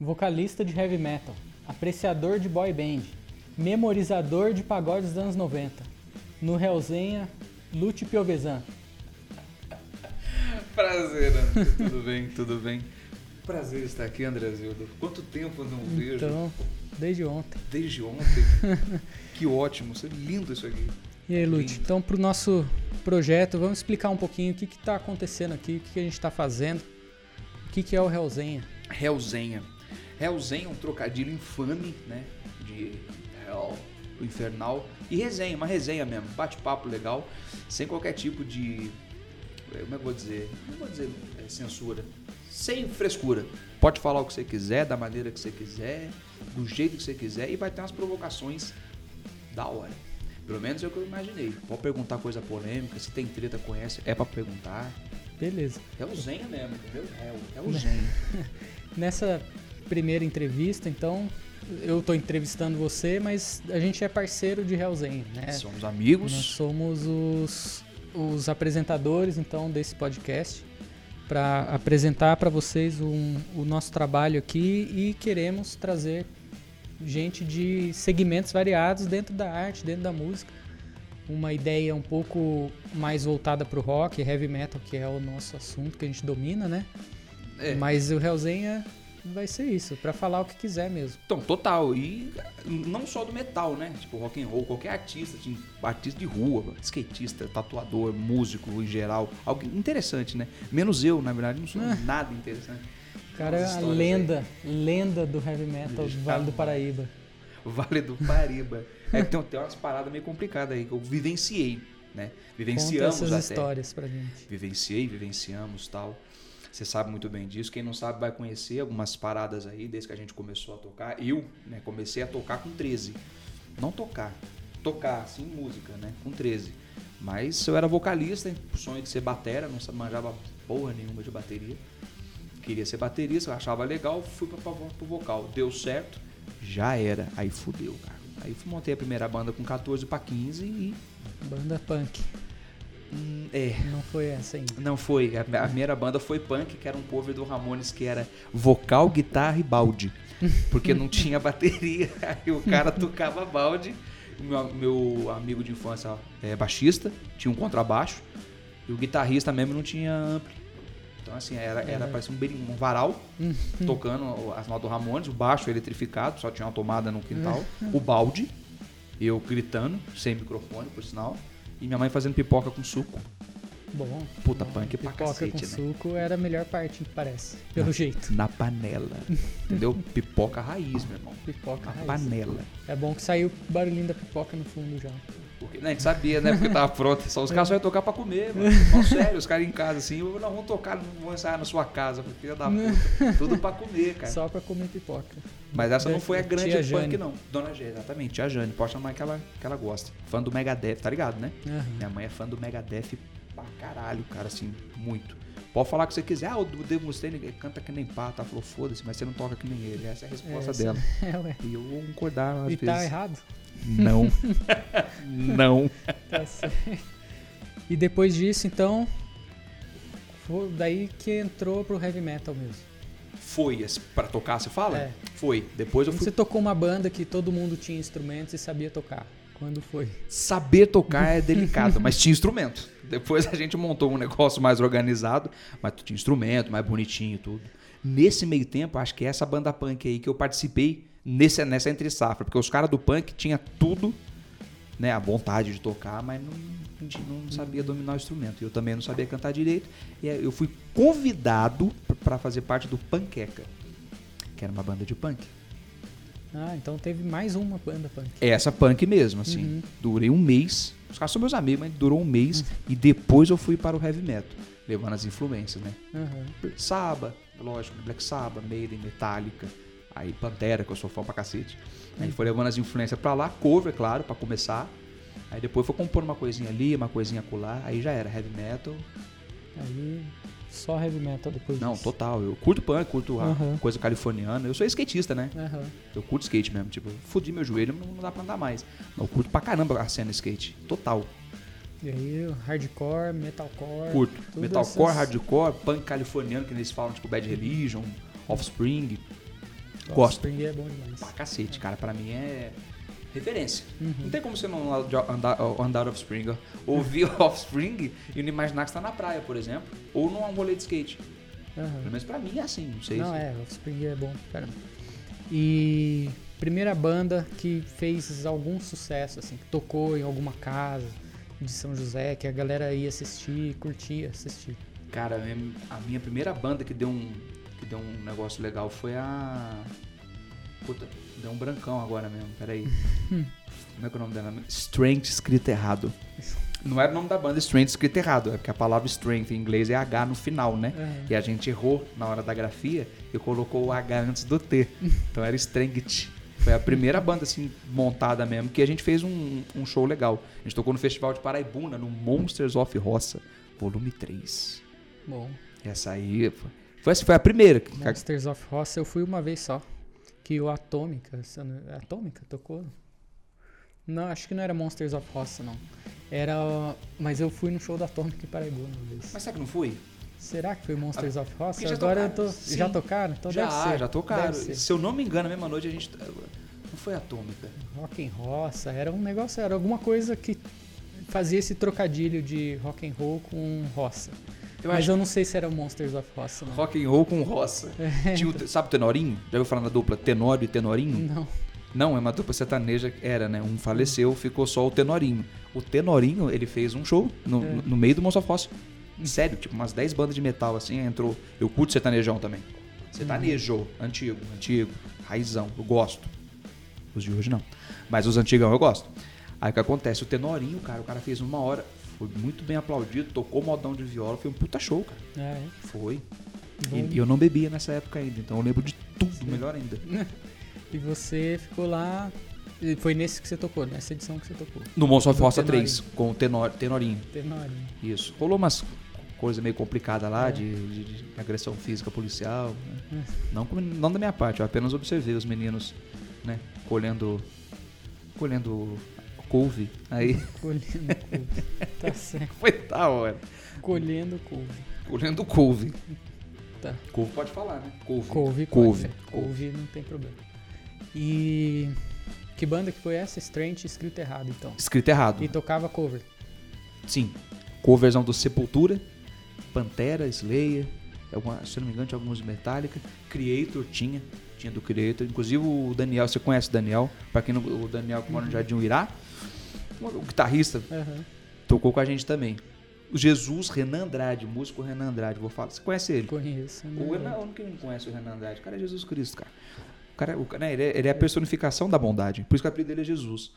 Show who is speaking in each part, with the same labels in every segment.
Speaker 1: vocalista de heavy metal, apreciador de boy band, memorizador de pagodes dos anos 90. No Realzenha, Lute Piovesan.
Speaker 2: Prazer, André. tudo bem, tudo bem. Prazer estar aqui, André Zildo. Quanto tempo eu não vejo?
Speaker 1: Então, desde ontem.
Speaker 2: Desde ontem. que ótimo, isso é lindo isso aqui.
Speaker 1: E aí, Lute, então para o nosso projeto, vamos explicar um pouquinho o que está acontecendo aqui, o que, que a gente está fazendo, o que, que é o Realzenha.
Speaker 2: Hellzenha. Hellzenha é um trocadilho infame, né? De Hell, o infernal. E resenha, uma resenha mesmo. Bate-papo legal, sem qualquer tipo de. Como é que eu vou dizer? Não vou dizer é, censura. Sem frescura. Pode falar o que você quiser, da maneira que você quiser, do jeito que você quiser, e vai ter umas provocações da hora. Pelo menos é o que eu imaginei. Pode perguntar coisa polêmica, se tem treta, conhece, é pra perguntar.
Speaker 1: Beleza.
Speaker 2: Hellzenha mesmo, entendeu? Hell, Hellzenha.
Speaker 1: Nessa primeira entrevista, então, eu estou entrevistando você, mas a gente é parceiro de Realzenha, né?
Speaker 2: Somos
Speaker 1: Nós
Speaker 2: amigos.
Speaker 1: somos os, os apresentadores, então, desse podcast para apresentar para vocês um- o nosso trabalho aqui e queremos trazer gente de segmentos variados dentro da arte, dentro da música. Uma ideia um pouco mais voltada para o rock, heavy metal, que é o nosso assunto que a gente domina, né?
Speaker 2: É.
Speaker 1: Mas o Realzenha vai ser isso, para falar o que quiser mesmo.
Speaker 2: Então, total. E não só do metal, né? Tipo, rock and roll, qualquer artista, assim, artista de rua, skatista, tatuador, músico em geral. Algo interessante, né? Menos eu, na verdade, não sou
Speaker 1: Ah.
Speaker 2: nada interessante.
Speaker 1: O cara
Speaker 2: Umas
Speaker 1: é a
Speaker 2: histórias
Speaker 1: lenda, lenda do heavy metal do
Speaker 2: Tá
Speaker 1: Vale do
Speaker 2: bom.
Speaker 1: Paraíba.
Speaker 2: aí. Vale do Pariba. é, tem, tem umas paradas meio complicadas aí que eu vivenciei, né?
Speaker 1: Conta
Speaker 2: Vivenciamos
Speaker 1: essas
Speaker 2: até.
Speaker 1: histórias pra gente.
Speaker 2: vivenciei, vivenciamos tal. Você sabe muito bem disso. Quem não sabe vai conhecer algumas paradas aí desde que a gente começou a tocar. Eu, né, comecei a tocar com 13. Não tocar, tocar assim música, né, com 13. Mas eu era vocalista, hein, sonho de ser batera, não sa- manjava porra nenhuma de bateria. Queria ser baterista, eu achava legal, fui pra, pra, pro vocal. Deu certo, já era. Aí fudeu, cara. Aí fui- montei a primeira banda com 14 pra 15 e.
Speaker 1: Banda punk.
Speaker 2: hum, é,
Speaker 1: Não foi essa ainda.
Speaker 2: não foi. A, a primeira banda foi punk, que era um cover do Ramones, que era vocal, guitarra e balde. Porque não tinha bateria. Aí o cara tocava balde. O Meu, meu amigo de infância é baixista, tinha um contrabaixo. E o guitarrista mesmo não tinha ampli. Então, assim, era, era parecia um, beri- um varal tocando o- as notas do Ramones, o baixo eletrificado, só tinha uma tomada no quintal, o balde, eu gritando, sem microfone, por sinal, e minha mãe fazendo pipoca com suco.
Speaker 1: Bom.
Speaker 2: Puta
Speaker 1: bom.
Speaker 2: punk pra
Speaker 1: Pipoca
Speaker 2: cacete,
Speaker 1: com
Speaker 2: né? Ah.
Speaker 1: suco era a melhor parte, parece. Pelo jeito.
Speaker 2: Na panela. Entendeu? Pipoca raiz, meu irmão.
Speaker 1: Pipoca
Speaker 2: Na
Speaker 1: raiz.
Speaker 2: panela.
Speaker 1: É bom que saiu o barulhinho da pipoca no fundo já.
Speaker 2: Porque, né, a gente sabia, né? Porque tava pronto. Só os caras só iam tocar pra comer, mano. Não, sério, os caras em casa assim, não vão tocar, não vão ensaiar na sua casa, porque filha da puta. Tudo pra comer, cara.
Speaker 1: Só pra comer pipoca.
Speaker 2: Mas essa não foi a
Speaker 1: Tia
Speaker 2: grande
Speaker 1: Jane.
Speaker 2: punk, não. Dona Jane, exatamente. Tia Jane, pode chamar que ela, que ela gosta. Fã do Megadeth, tá ligado, né?
Speaker 1: Aham.
Speaker 2: Minha mãe é fã do Megadeth pra caralho, cara, assim, muito. Pode falar o que você quiser. Ah, o Dave Mustaine canta que nem pata. Ela falou, foda-se, mas você não toca que nem ele. Essa é a resposta
Speaker 1: Essa-
Speaker 2: dela.
Speaker 1: É, ué.
Speaker 2: E eu vou concordar às
Speaker 1: E
Speaker 2: vezes.
Speaker 1: tá errado?
Speaker 2: Não. não.
Speaker 1: Tá certo. e depois disso, então. Foi daí que entrou pro heavy metal mesmo.
Speaker 2: Foi as- pra tocar, você fala?
Speaker 1: É.
Speaker 2: Foi. Depois eu
Speaker 1: Quando
Speaker 2: fui
Speaker 1: Você tocou uma banda que todo mundo tinha instrumentos e sabia tocar. Quando foi?
Speaker 2: Saber tocar é delicado, mas tinha instrumento. Depois a gente montou um negócio mais organizado, mas tinha instrumento, mais bonitinho e tudo. Nesse meio tempo, acho que é essa banda punk aí que eu participei nesse, nessa entre safra, porque os caras do punk tinha tudo, né, a vontade de tocar, mas não, não ti- não sabia dominar o instrumento. E eu também não sabia cantar direito. E aí eu fui convidado para fazer parte do Panqueca, que era uma banda de punk.
Speaker 1: Ah, então teve mais uma banda punk.
Speaker 2: É Essa punk mesmo, assim. Durei um mês. Os caras são meus amigos, mas durou um mês. E depois eu fui para o heavy metal, levando as influências, né?
Speaker 1: Aham.
Speaker 2: Saba, lógico, Black Saba, Maiden, Metallica. Aí Pantera, que eu sou fã pra cacete. Aí foi levando as influências pra lá, cover, claro, pra começar. Aí depois foi compor uma coisinha ali, uma coisinha acolá. Aí já era heavy metal.
Speaker 1: Aí só heavy metal depois
Speaker 2: Não,
Speaker 1: disso.
Speaker 2: total. Eu curto punk, curto a
Speaker 1: Uhum.
Speaker 2: coisa californiana. Eu sou skatista, né?
Speaker 1: Aham.
Speaker 2: Eu curto skate mesmo, tipo, fudi meu joelho, não não dá pra andar mais. Mas eu curto pra caramba a cena skate, total.
Speaker 1: E aí, o hardcore, metalcore.
Speaker 2: Curto.
Speaker 1: tudo
Speaker 2: Metalcore,
Speaker 1: essas-
Speaker 2: hardcore, punk californiano, que eles falam, tipo, Bad Religion, Offspring. Gosto.
Speaker 1: Spring é bom demais.
Speaker 2: Pra cacete, cara. Pra mim é referência.
Speaker 1: Uhum.
Speaker 2: Não tem como você não andar, andar Offspring, ó. ouvir Offspring e não imaginar que você tá na praia, por exemplo. Ou num rolê de skate.
Speaker 1: Aham.
Speaker 2: Pelo menos pra mim é assim, não sei
Speaker 1: Não,
Speaker 2: se...
Speaker 1: é, Offspring é bom, caramba. E primeira banda que fez algum sucesso, assim, que tocou em alguma casa de São José, que a galera ia assistir, curtia assistir.
Speaker 2: Cara, eu- a minha primeira banda que deu um, que deu um negócio legal foi a... Puta, deu um brancão agora mesmo, peraí. Como é que é o nome dela? Strength escrito errado. Não era o nome da banda Strength escrito errado, é porque a palavra Strength em inglês é H no final, né? E a gente errou na hora da grafia e colocou o H antes do T. Então era Strength. Foi a primeira banda assim montada mesmo que a gente fez um, um show legal. A gente tocou no Festival de Paraibuna, no Monsters of Roça, volume 3.
Speaker 1: Bom,
Speaker 2: Essa aí foi, foi, essa foi a primeira. que-
Speaker 1: Monsters of Ross eu fui uma vez só, que o Atômica, se eu não- é Atômica tocou? Não, acho que não era Monsters of Ross, não. Era, mas eu fui no show da Atômica em Paraibuna uma vez.
Speaker 2: Mas será que não foi?
Speaker 1: Será que foi Monsters of Ross?
Speaker 2: Porque já
Speaker 1: Agora eu
Speaker 2: tocaram,
Speaker 1: tô,
Speaker 2: sim.
Speaker 1: já tocaram? Então
Speaker 2: já,
Speaker 1: deve ser.
Speaker 2: já tocaram.
Speaker 1: deve ser.
Speaker 2: Se eu não me engano, a mesma noite a gente. Não foi atômica.
Speaker 1: Rock and roça, era um negócio, era alguma coisa que fazia esse trocadilho de rock and roll com roça.
Speaker 2: Eu
Speaker 1: Mas
Speaker 2: acho
Speaker 1: eu não sei se era o Monsters of Roça, não.
Speaker 2: rock and roll com roça. Tinha o te- sabe o Tenorinho? Já ouviu falar na dupla Tenório e Tenorinho?
Speaker 1: Não.
Speaker 2: Não, é uma dupla sertaneja, era, né? Um faleceu, ficou só o Tenorinho. O Tenorinho, ele fez um show no,
Speaker 1: É.
Speaker 2: no meio do Monstro Fóssil. Sério, tipo, umas 10 bandas de metal, assim, entrou. Eu curto sertanejão também. Sertanejo,
Speaker 1: Uhum.
Speaker 2: antigo, antigo, raizão, eu gosto. Os de hoje não. Mas os antigão eu gosto. Aí o que acontece? O Tenorinho, cara, o cara fez uma hora, foi muito bem aplaudido, tocou modão de viola, foi um puta show, cara.
Speaker 1: É,
Speaker 2: Foi.
Speaker 1: bom.
Speaker 2: E, e eu não bebia nessa época ainda, então eu lembro de tudo, melhor ainda.
Speaker 1: né? E você ficou lá. e Foi nesse que você tocou, nessa edição que você tocou.
Speaker 2: No Monstro of
Speaker 1: Do
Speaker 2: Roça
Speaker 1: Tenorinho.
Speaker 2: 3, com o tenor, Tenorinho.
Speaker 1: Tenório.
Speaker 2: Isso. Rolou umas coisas meio complicadas lá, de, de- de agressão física policial. né?
Speaker 1: É.
Speaker 2: Não, com- não da minha parte, eu apenas observei os meninos, né? Colhendo. Colhendo couve. Aí
Speaker 1: Colhendo couve. tá certo.
Speaker 2: foi da hora.
Speaker 1: Colhendo couve.
Speaker 2: Colhendo couve.
Speaker 1: Tá.
Speaker 2: Couve pode falar, né? Couve.
Speaker 1: Couve, couve.
Speaker 2: Couve.
Speaker 1: é. Couve não tem problema. E. Que banda que foi essa? Strange, escrito errado, então.
Speaker 2: Escrito errado.
Speaker 1: E tocava cover.
Speaker 2: Sim. Coverzão do Sepultura, Pantera, Slayer, alguma- se eu não me engano, tinha alguns de Metallica. Creator tinha, tinha do Creator. Inclusive o Daniel, você conhece o Daniel? Pra quem não. O Daniel que mora
Speaker 1: Uhum.
Speaker 2: no Jardim Irá, o guitarrista,
Speaker 1: Aham.
Speaker 2: tocou com a gente também. O Jesus Renan Andrade, o músico Renan Andrade, vou falar. Você conhece ele?
Speaker 1: Conheço. né?
Speaker 2: O Renan, o único que não conhece o Renan Andrade, o cara é Jesus Cristo, cara. O cara, o cara- né, ele, é, ele é a personificação da bondade. Por isso que o apelido dele é Jesus.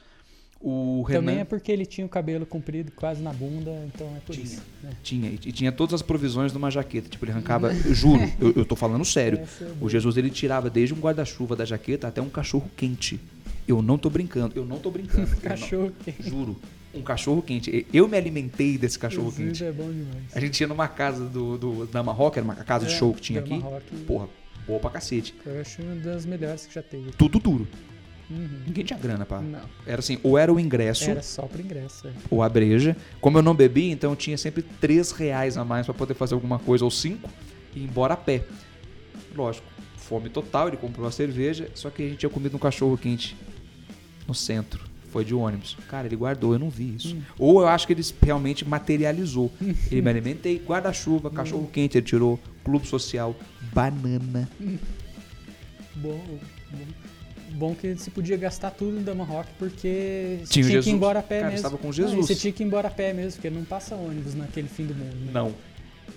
Speaker 2: O Renan.
Speaker 1: Também é porque ele tinha o cabelo comprido quase na bunda, então é por
Speaker 2: Tinha.
Speaker 1: isso. né?
Speaker 2: Tinha, e e tinha todas as provisões de uma jaqueta. Tipo, ele arrancava, eu juro, eu, eu tô falando sério.
Speaker 1: Essa é
Speaker 2: O
Speaker 1: boa.
Speaker 2: Jesus ele tirava desde um guarda-chuva da jaqueta até um cachorro quente. Eu não tô brincando, eu não tô brincando. eu não-
Speaker 1: Cachorro quente.
Speaker 2: juro, um cachorro quente. Eu me alimentei desse cachorro
Speaker 1: Jesus
Speaker 2: quente.
Speaker 1: é bom demais.
Speaker 2: A gente ia numa casa do, do, da Marroca, era uma casa de
Speaker 1: É,
Speaker 2: show que tinha
Speaker 1: da
Speaker 2: aqui.
Speaker 1: Marroque,
Speaker 2: Porra, boa pra cacete.
Speaker 1: Eu acho uma das melhores que já teve.
Speaker 2: Tudo duro.
Speaker 1: Uhum.
Speaker 2: Ninguém tinha grana, pá.
Speaker 1: Não,
Speaker 2: Era assim, ou era o ingresso,
Speaker 1: era só pro ingresso. é.
Speaker 2: ou a breja. Como eu não bebi, então eu tinha sempre 3 reais a mais pra poder fazer alguma coisa, ou 5, e ir embora a pé. Lógico, fome total, ele comprou a cerveja, só que a gente tinha comido um cachorro quente no centro. Foi de ônibus. Cara, ele guardou, eu não vi isso. Ou eu acho que ele realmente materializou. Ele me alimentei, guarda-chuva, cachorro quente, ele tirou, clube social, banana.
Speaker 1: Bom, bom, bom que você podia gastar tudo da Marroque porque você
Speaker 2: Tinha
Speaker 1: tinha,
Speaker 2: o
Speaker 1: que
Speaker 2: Jesus.
Speaker 1: ir embora a pé
Speaker 2: Cara,
Speaker 1: mesmo.
Speaker 2: estava com
Speaker 1: Não, e
Speaker 2: Jesus.
Speaker 1: você tinha que ir embora a pé mesmo, porque não passa ônibus naquele fim do mundo. né?
Speaker 2: Não.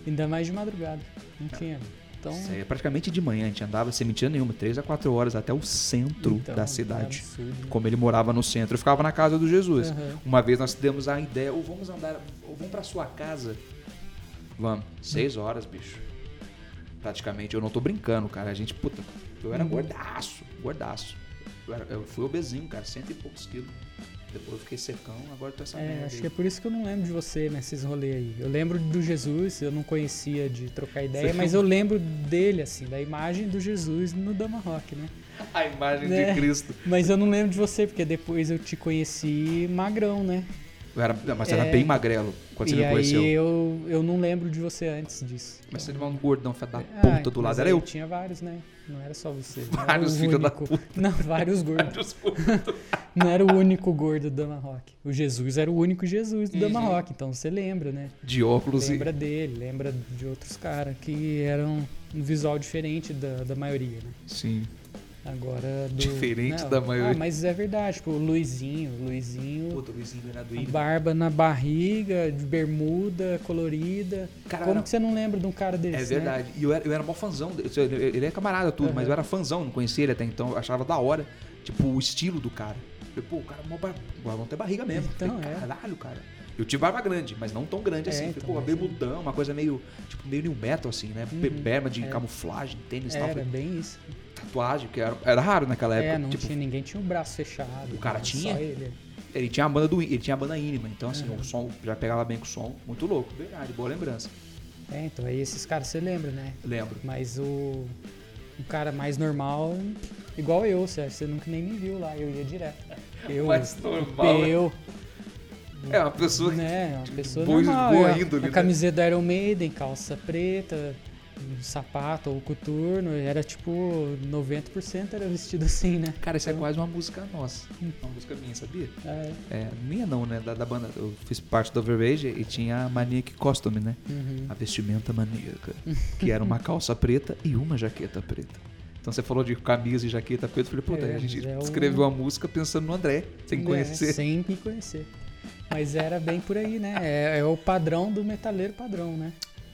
Speaker 1: Ainda mais de madrugada. Não tinha. Então,
Speaker 2: Isso aí é praticamente de manhã, a gente andava sem mentira nenhuma, 3 a 4 horas até o centro
Speaker 1: então,
Speaker 2: da
Speaker 1: é
Speaker 2: cidade.
Speaker 1: absurdo, né?
Speaker 2: Como ele morava no centro, eu ficava na casa do Jesus.
Speaker 1: Aham.
Speaker 2: Uma vez nós demos a ideia, ou vamos andar, ou vamos pra sua casa. Vamos. Seis horas, bicho. Praticamente, eu não tô brincando, cara. A gente, puta, eu
Speaker 1: Uhum.
Speaker 2: era gordaço, gordaço. Eu, era- eu fui obesinho, cara, cento e poucos quilos. Depois eu fiquei secão, agora eu tô essa
Speaker 1: É,
Speaker 2: merda
Speaker 1: acho
Speaker 2: aí.
Speaker 1: que é por isso que eu não lembro de você nesses rolês aí. Eu lembro do Jesus, eu não conhecia de trocar ideia,
Speaker 2: Você-
Speaker 1: mas eu lembro dele, assim, da imagem do Jesus no Dama Rock, né?
Speaker 2: A imagem
Speaker 1: É.
Speaker 2: de Cristo.
Speaker 1: Mas eu não lembro de você, porque depois eu te conheci magrão, né?
Speaker 2: Eu era, não, mas você
Speaker 1: É.
Speaker 2: era bem magrelo quando você
Speaker 1: e
Speaker 2: me conheceu.
Speaker 1: aí eu, eu não lembro de você antes disso.
Speaker 2: Mas você levava um gordão filho da
Speaker 1: Ah,
Speaker 2: puta do
Speaker 1: mas
Speaker 2: lado.
Speaker 1: aí
Speaker 2: Era eu.
Speaker 1: Tinha vários, né? Não era só você. Não era
Speaker 2: Vários
Speaker 1: o
Speaker 2: filhos da
Speaker 1: único. Não, vários gordos. Não era o único gordo do Dama Rock. O Jesus era o único Jesus do Dama
Speaker 2: Uhum.
Speaker 1: Rock, então você lembra, né?
Speaker 2: De óculos
Speaker 1: Lembra dele, lembra de outros caras que eram um visual diferente da, da maioria, né?
Speaker 2: e. Sim.
Speaker 1: Agora do.
Speaker 2: Diferente da maioria.
Speaker 1: Ah, mas é verdade, tipo, o Luizinho, o Luizinho.
Speaker 2: Puta, o Luizinho era do
Speaker 1: com
Speaker 2: Ilha.
Speaker 1: Barba na barriga, de bermuda colorida.
Speaker 2: Cara,
Speaker 1: Como
Speaker 2: era-
Speaker 1: que você não lembra de um cara desse?
Speaker 2: É
Speaker 1: né?
Speaker 2: verdade. E eu era, eu era mó fãzão. dele. Eu- eu- Ele é camarada tudo,
Speaker 1: Aham.
Speaker 2: mas eu era fãzão, não conhecia ele até então. Eu achava da hora, tipo, o estilo do cara. Eu, Pô, o cara é mó bar... o barbão tem barriga mesmo.
Speaker 1: Então,
Speaker 2: Falei,
Speaker 1: é.
Speaker 2: Caralho, cara. Eu tive barba grande, mas não tão grande
Speaker 1: É,
Speaker 2: assim. Falei,
Speaker 1: então,
Speaker 2: Pô,
Speaker 1: mas
Speaker 2: barbudão, uma coisa meio, tipo, meio new metal assim, né? Pe-
Speaker 1: Uhum,
Speaker 2: Berma de
Speaker 1: é.
Speaker 2: camuflagem, tênis e tal.
Speaker 1: Era
Speaker 2: Falei,
Speaker 1: bem isso.
Speaker 2: Tatuagem, que era, era raro naquela época.
Speaker 1: É, não
Speaker 2: tipo,
Speaker 1: tinha, ninguém tinha o braço fechado.
Speaker 2: O cara
Speaker 1: né?
Speaker 2: tinha?
Speaker 1: Só ele.
Speaker 2: Ele tinha a banda do ele tinha a banda ínima, então assim, o som já pegava bem com o som. Muito louco, verdade, boa lembrança.
Speaker 1: É, então aí esses caras você lembra, né?
Speaker 2: Lembro.
Speaker 1: Mas o. Um cara mais normal, igual eu, Sérgio, você nunca nem me viu lá, eu ia direto. Eu,
Speaker 2: Mais
Speaker 1: o
Speaker 2: normal, né?
Speaker 1: eu,
Speaker 2: É uma pessoa que
Speaker 1: né? Uma pessoa
Speaker 2: boa-
Speaker 1: normal.
Speaker 2: boa
Speaker 1: eu-
Speaker 2: índole,
Speaker 1: a
Speaker 2: né?
Speaker 1: camiseta da Iron Maiden, calça preta, um sapato ou coturno, era tipo 90% era vestido assim, né?
Speaker 2: Cara, isso é
Speaker 1: Então, Hum.
Speaker 2: quase uma música nossa. Uma música minha, sabia?
Speaker 1: é,
Speaker 2: É, minha não, né? Da, da banda. Eu fiz parte do Overage e tinha a Maniac Costume, né?
Speaker 1: uhum.
Speaker 2: A vestimenta maníaca. Que era uma calça preta e uma jaqueta preta. Então você falou de camisa e jaqueta preta. Eu falei, pô,
Speaker 1: É,
Speaker 2: daí a gente
Speaker 1: mas é um-
Speaker 2: escreveu a música pensando no André, sem
Speaker 1: É,
Speaker 2: conhecer.
Speaker 1: sem me conhecer. Mas era bem por aí, né? É, é o padrão do metaleiro padrão, né?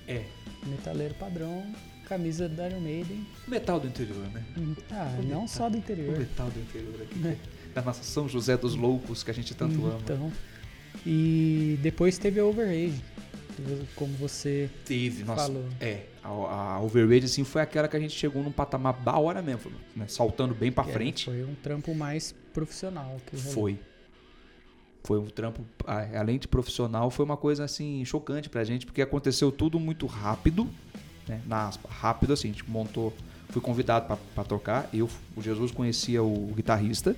Speaker 2: É.
Speaker 1: Metaleiro padrão, camisa da Iron Maiden.
Speaker 2: Metal do interior, né?
Speaker 1: Hum, Ah, não só do
Speaker 2: O
Speaker 1: interior.
Speaker 2: metal do interior aqui. Da nossa São José dos Loucos que a gente tanto ama.
Speaker 1: Então. E depois teve a Overage. Como você.
Speaker 2: Teve, nossa.
Speaker 1: Falou.
Speaker 2: É, a, a Overrated assim foi aquela que a gente chegou num patamar da hora mesmo, né? saltando bem pra
Speaker 1: que
Speaker 2: frente.
Speaker 1: Foi um trampo mais profissional. Que rolou.
Speaker 2: Foi. Foi um trampo, a- além de profissional, foi uma coisa assim chocante pra gente, porque aconteceu tudo muito rápido, né? Na aspa, rápido assim, a gente montou, fui convidado pra- pra tocar, eu, o Jesus conhecia o guitarrista,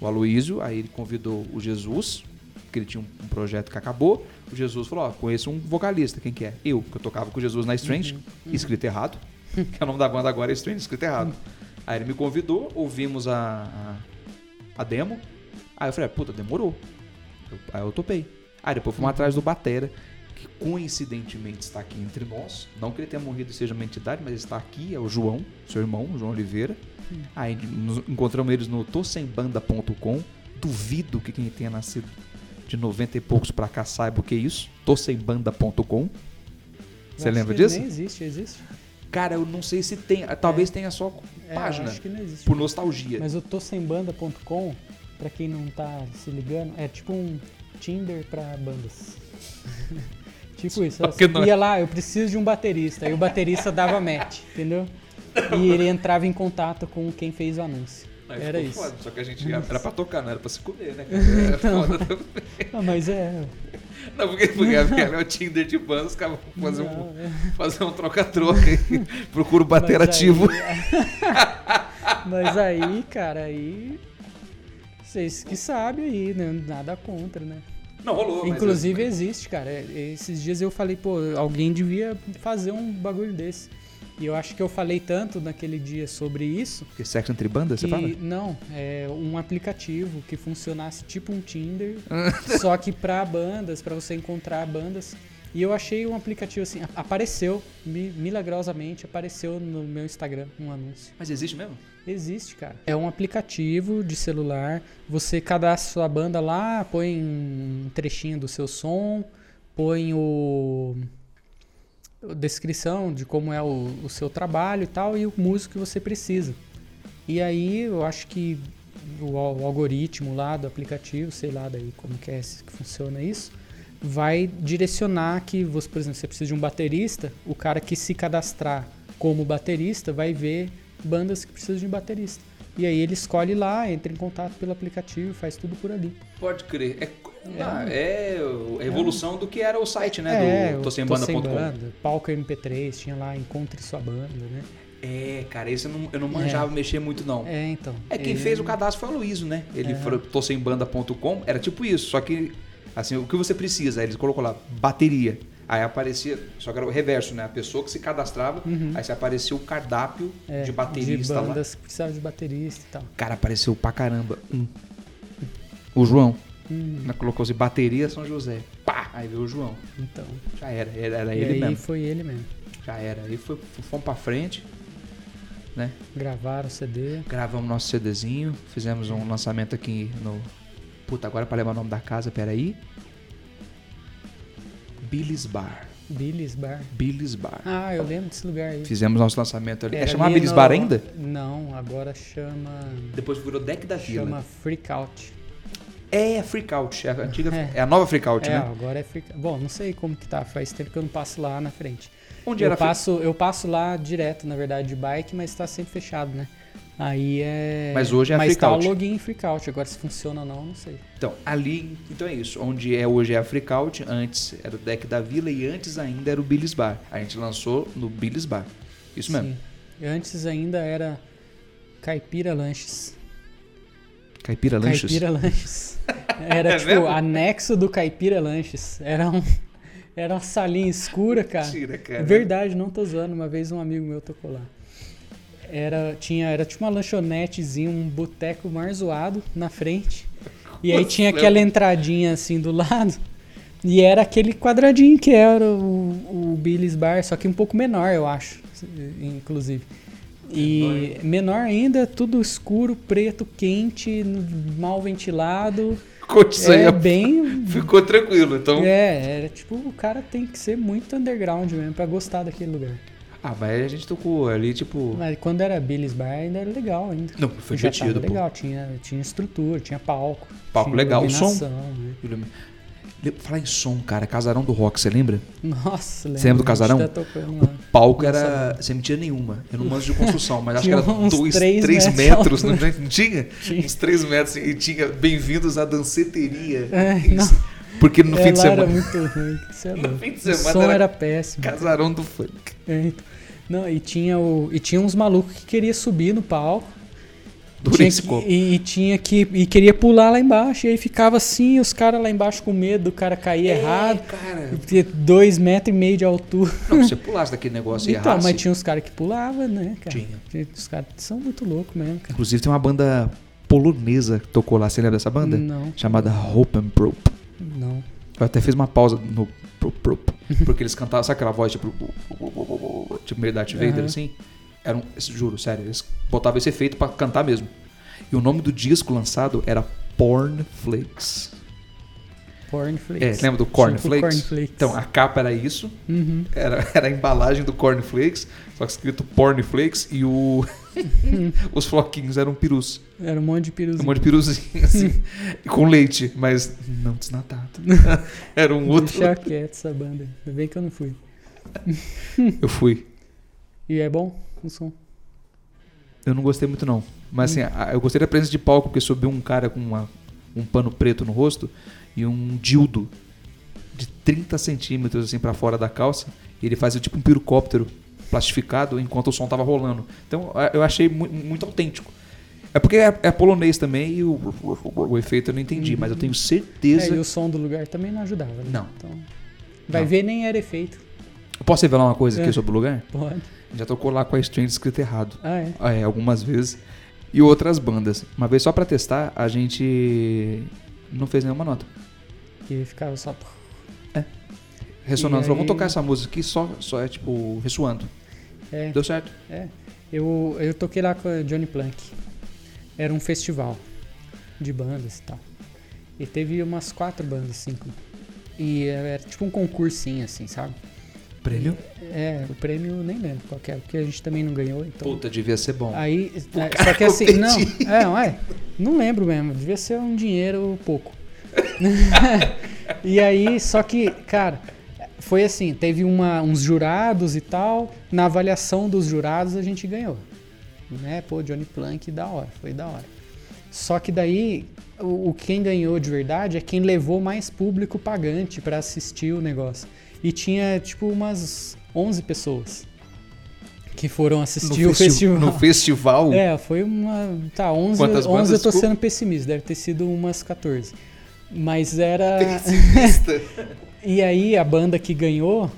Speaker 2: o Aloísio, aí ele convidou o Jesus, porque ele tinha um, um projeto que acabou. O Jesus falou: Ó, conheço um vocalista, quem que é? Eu, que eu tocava com o Jesus na Strange, escrito errado, que é o nome da banda agora, é Strange, escrito errado. Aí ele me convidou, ouvimos a, a, a demo, aí eu falei: "Ah, Puta, demorou. Eu- aí eu topei. Aí depois fomos atrás do Batera, que coincidentemente está aqui entre nós. Não que ele tenha morrido e seja uma entidade, mas ele está aqui, é o João, seu irmão, o João Oliveira.
Speaker 1: Hum.
Speaker 2: Aí nos encontramos eles no tosembanda.com. Duvido que quem tenha nascido de 90 e poucos pra cá saiba o que é isso. tosembanda.com.
Speaker 1: Eu
Speaker 2: Você
Speaker 1: acho
Speaker 2: lembra
Speaker 1: que
Speaker 2: disso?
Speaker 1: Nem existe, existe.
Speaker 2: Cara, eu não sei se tem. Talvez tenha só
Speaker 1: É, eu
Speaker 2: página.
Speaker 1: acho que não existe.
Speaker 2: Por nostalgia.
Speaker 1: Mas o tossembanda.com, pra quem não tá se ligando, é tipo um Tinder pra bandas. tipo isso.
Speaker 2: Só
Speaker 1: Você
Speaker 2: que não é.
Speaker 1: ia lá, eu preciso de um baterista. E o baterista dava match, entendeu? E ele entrava em contato com quem fez o anúncio.
Speaker 2: Aí
Speaker 1: Era
Speaker 2: ficou
Speaker 1: isso.
Speaker 2: foda, Só que a gente era pra tocar, não era pra se comer, né? Cara? Era foda também.
Speaker 1: Ah, mas é.
Speaker 2: Não, porque, porque era o Tinder de banda, os caras vão fazer
Speaker 1: não,
Speaker 2: um,
Speaker 1: é.
Speaker 2: fazer um troca-troca e procura o bater
Speaker 1: Mas aí-
Speaker 2: ativo.
Speaker 1: Mas aí, cara, aí. Vocês que sabem aí, né? Nada contra, né?
Speaker 2: Não rolou, mas- é-
Speaker 1: Inclusive existe, cara. É, Esses dias eu falei, pô, alguém devia fazer um bagulho desse. E eu acho que eu falei tanto naquele dia sobre isso
Speaker 2: Porque sexo entre bandas,
Speaker 1: que
Speaker 2: você fala?
Speaker 1: não, é um aplicativo que funcionasse tipo um Tinder,
Speaker 2: Ah.
Speaker 1: só que pra bandas, pra você encontrar bandas. E eu achei um aplicativo assim, a- apareceu mi- milagrosamente, apareceu no meu Instagram um anúncio.
Speaker 2: Mas existe mesmo?
Speaker 1: Existe, cara. É um aplicativo de celular. Você cadastra sua banda lá, põe um trechinho do seu som, põe o a descrição de como é o, o seu trabalho e tal e o músico que você precisa. E aí eu acho que o, al- o algoritmo lá do aplicativo, sei lá daí como que é esse- que funciona isso, vai direcionar que você, por exemplo, você precisa de um baterista, o cara que se cadastrar como baterista vai ver bandas que precisam de um baterista. E aí ele escolhe lá, entra em contato pelo aplicativo, faz tudo por ali.
Speaker 2: Pode crer. É, ah, é a evolução do que era o site, né?
Speaker 1: é,
Speaker 2: do
Speaker 1: o Tô Sem
Speaker 2: tosembanda.com.
Speaker 1: Banda, Palco MP3, tinha lá Encontre Sua Banda, né?
Speaker 2: É, cara, esse eu não, eu não manjava mexer muito, não. É,
Speaker 1: É, então.
Speaker 2: quem
Speaker 1: ele- É.
Speaker 2: fez o cadastro foi o Luiz, né? Ele falou tosembanda.com, era tipo isso, só que Assim, o que você precisa? Aí eles colocou lá, bateria. Aí aparecia, só que era o reverso, né? A pessoa que se cadastrava, aí se aparecia o cardápio
Speaker 1: Uhum. É,
Speaker 2: de baterista
Speaker 1: de
Speaker 2: lá.
Speaker 1: bandas que precisavam de baterista e tal.
Speaker 2: Cara, apareceu pra caramba. Um. O João.
Speaker 1: Hum.
Speaker 2: Né, Colocou assim, bateria São José. Pá! Aí veio o João.
Speaker 1: Então,
Speaker 2: Já era, era, era
Speaker 1: e
Speaker 2: É ele
Speaker 1: aí
Speaker 2: mesmo.
Speaker 1: foi ele mesmo.
Speaker 2: Já era. Aí foi, fomos pra frente, né?
Speaker 1: Gravaram o CD.
Speaker 2: Gravamos nosso CDzinho, fizemos um lançamento aqui no. Puta, agora pra levar o nome da casa, peraí. Billy's Bar.
Speaker 1: Billy's Bar.
Speaker 2: Billy's Bar.
Speaker 1: Ah, eu lembro desse lugar aí.
Speaker 2: Fizemos nosso lançamento ali. É,
Speaker 1: Era
Speaker 2: chamado
Speaker 1: ali
Speaker 2: Billy's
Speaker 1: no-
Speaker 2: Bar ainda?
Speaker 1: Não, agora chama.
Speaker 2: Depois virou Deck da Vila.
Speaker 1: Chama Freak Out.
Speaker 2: É, Freak Out. É a, antiga,
Speaker 1: É.
Speaker 2: é. a nova Freak Out,
Speaker 1: É,
Speaker 2: né?
Speaker 1: agora é Freak Bom, não sei como que tá. Faz tempo que eu não passo lá na frente.
Speaker 2: Onde
Speaker 1: eu
Speaker 2: era a Freak
Speaker 1: passo, eu passo lá direto, na verdade, de bike, mas tá sempre fechado, né? Aí é.
Speaker 2: Mas hoje é a
Speaker 1: Mas
Speaker 2: Freak
Speaker 1: tá
Speaker 2: Out.
Speaker 1: o login em Freak Out. Agora se funciona ou não, não sei.
Speaker 2: Então, ali, então é isso. Onde é hoje é a Freakout, antes era o Deck da Vila e antes ainda era o Billy's Bar. A gente lançou no Billy's Bar. Isso mesmo.
Speaker 1: Sim. Antes ainda era Caipira Lanches.
Speaker 2: Caipira Lanches.
Speaker 1: Caipira Lanches. Era
Speaker 2: É
Speaker 1: tipo
Speaker 2: mesmo?
Speaker 1: anexo do Caipira Lanches. Era um era uma salinha escura, cara.
Speaker 2: Mentira, cara.
Speaker 1: Verdade, não tô zoando. Uma vez um amigo meu tocou lá. Era, tinha, era tipo uma lanchonetezinha, um boteco mais zoado na frente. E aí tinha
Speaker 2: Nossa,
Speaker 1: aquela entradinha assim do lado. E era aquele quadradinho que era o, o Billy's Bar, só que um pouco menor, eu acho, inclusive. E menor ainda, tudo escuro, preto, quente, n- mal ventilado.
Speaker 2: Ficou, isso aí,
Speaker 1: É bem.
Speaker 2: ficou tranquilo. Então.
Speaker 1: É, era tipo, o cara tem que ser muito underground mesmo pra gostar daquele lugar.
Speaker 2: Ah, mas a gente tocou ali, tipo.
Speaker 1: Mas quando era Billy's Bar ainda era legal ainda.
Speaker 2: Não, foi
Speaker 1: Já
Speaker 2: divertido,
Speaker 1: tava
Speaker 2: pô.
Speaker 1: legal, tinha, tinha estrutura, tinha palco.
Speaker 2: Palco
Speaker 1: tinha
Speaker 2: legal, o som.
Speaker 1: iluminação, né?
Speaker 2: Ilumi- Le- Falar em som, cara, Casarão do Rock, você lembra?
Speaker 1: Nossa, lembra?
Speaker 2: Você lembra do casarão?
Speaker 1: Tá tocando lá.
Speaker 2: Palco era. Você não tinha nenhuma. Eu não manjo de construção, mas acho que
Speaker 1: Tinha
Speaker 2: era
Speaker 1: uns
Speaker 2: 2,
Speaker 1: três
Speaker 2: 3
Speaker 1: metros de
Speaker 2: metros, não não tinha?
Speaker 1: Tinha.
Speaker 2: Uns 3 metros. assim, E tinha bem-vindos à danceteria.
Speaker 1: É, não.
Speaker 2: Porque no
Speaker 1: É,
Speaker 2: fim de
Speaker 1: lá
Speaker 2: semana.
Speaker 1: era muito ruim. Você é louco.
Speaker 2: fim de
Speaker 1: o
Speaker 2: semana
Speaker 1: som
Speaker 2: era-
Speaker 1: era, péssimo.
Speaker 2: Casarão do funk.
Speaker 1: É, então. Não, e tinha, o, e tinha uns malucos que queria subir no palco.
Speaker 2: Durei
Speaker 1: Tinha
Speaker 2: esse
Speaker 1: que-
Speaker 2: copo.
Speaker 1: e, e tinha que. E queria pular lá embaixo. E aí ficava assim, os caras lá embaixo com medo do cara cair
Speaker 2: É.
Speaker 1: errado.
Speaker 2: cara.
Speaker 1: e ter Dois metros e meio de altura.
Speaker 2: Não, se você pulasse daquele negócio e
Speaker 1: então,
Speaker 2: errasse.
Speaker 1: mas tinha uns caras que pulavam, né, cara?
Speaker 2: Tinha.
Speaker 1: Os caras são muito loucos mesmo, cara.
Speaker 2: Inclusive tem uma banda polonesa que tocou lá. Você lembra dessa banda?
Speaker 1: Não.
Speaker 2: Chamada Hope and Prope.
Speaker 1: Não.
Speaker 2: Eu até fiz uma pausa no prop, prop,
Speaker 1: Uhum.
Speaker 2: porque eles cantavam, sabe aquela voz tipo, tipo meio Darth Vader,
Speaker 1: Aham.
Speaker 2: assim? Era um, juro, sério, eles botavam esse efeito pra cantar mesmo. E o nome do disco lançado era Porn Flakes. É,
Speaker 1: Cornflakes.
Speaker 2: lembra do Corn
Speaker 1: Tipo
Speaker 2: Flakes?
Speaker 1: Cornflakes.
Speaker 2: Então, a capa era isso,
Speaker 1: Uhum.
Speaker 2: era, era a embalagem do Corn Flakes, só que escrito Porn Flakes e o os floquinhos eram perus.
Speaker 1: Era um monte de
Speaker 2: Um
Speaker 1: piruzinho.
Speaker 2: monte de peruzinho, assim, com leite, mas não desnatado. Era um outro.
Speaker 1: Deixar quieto essa banda. Ainda bem que eu não fui.
Speaker 2: Eu fui.
Speaker 1: E é bom o som?
Speaker 2: Eu não gostei muito, não. Mas assim, a- eu gostei da presença de palco, porque subiu um cara com uma- um pano preto no rosto e um dildo de 30 centímetros assim para fora da calça. E ele fazia tipo um pirocóptero plastificado enquanto o som tava rolando. Então a- eu achei mu- muito autêntico. É porque é, é polonês também e o, o efeito eu não entendi, mas eu tenho certeza.
Speaker 1: É, e o som do lugar também não ajudava, né?
Speaker 2: Não.
Speaker 1: Então, vai
Speaker 2: Não.
Speaker 1: ver, nem era efeito.
Speaker 2: Posso revelar uma coisa aqui
Speaker 1: É.
Speaker 2: sobre o lugar?
Speaker 1: Pode.
Speaker 2: Já tocou lá com a Strange escrito errado.
Speaker 1: Ah, é.
Speaker 2: Ah, É, algumas vezes. E outras bandas. Uma vez só pra testar, a gente não fez nenhuma nota.
Speaker 1: Que ficava só.
Speaker 2: Ressonando.
Speaker 1: E
Speaker 2: Falou,
Speaker 1: aí-
Speaker 2: vamos tocar essa música aqui só, só é tipo, ressoando.
Speaker 1: É,
Speaker 2: Deu certo?
Speaker 1: é. Eu, eu toquei lá com a Johnny Plank. Era um festival de bandas e tal. E teve umas quatro bandas, cinco. E era tipo um concursinho, assim, sabe?
Speaker 2: Prêmio?
Speaker 1: É, o prêmio eu nem lembro qual que era, porque a gente também não ganhou, então.
Speaker 2: Puta, devia ser bom.
Speaker 1: Aí, é, só que assim, não, é, não é, não lembro mesmo, devia ser um dinheiro pouco. e aí, só que, cara, foi assim, teve uma, uns jurados e tal, na avaliação dos jurados a gente ganhou. Né, pô, Johnny Plank, da hora, foi da hora. Só que daí, o, o quem ganhou de verdade é quem levou mais público pagante pra assistir o negócio. E tinha, tipo, umas 11 pessoas que foram assistir o
Speaker 2: festi-
Speaker 1: festival.
Speaker 2: no festival?
Speaker 1: É, foi uma. Tá, 11, 11
Speaker 2: Quantas
Speaker 1: eu
Speaker 2: bandas?
Speaker 1: tô
Speaker 2: Desculpa.
Speaker 1: sendo pessimista, deve ter sido umas 14. Mas era.
Speaker 2: Pessimista.
Speaker 1: E aí a banda que ganhou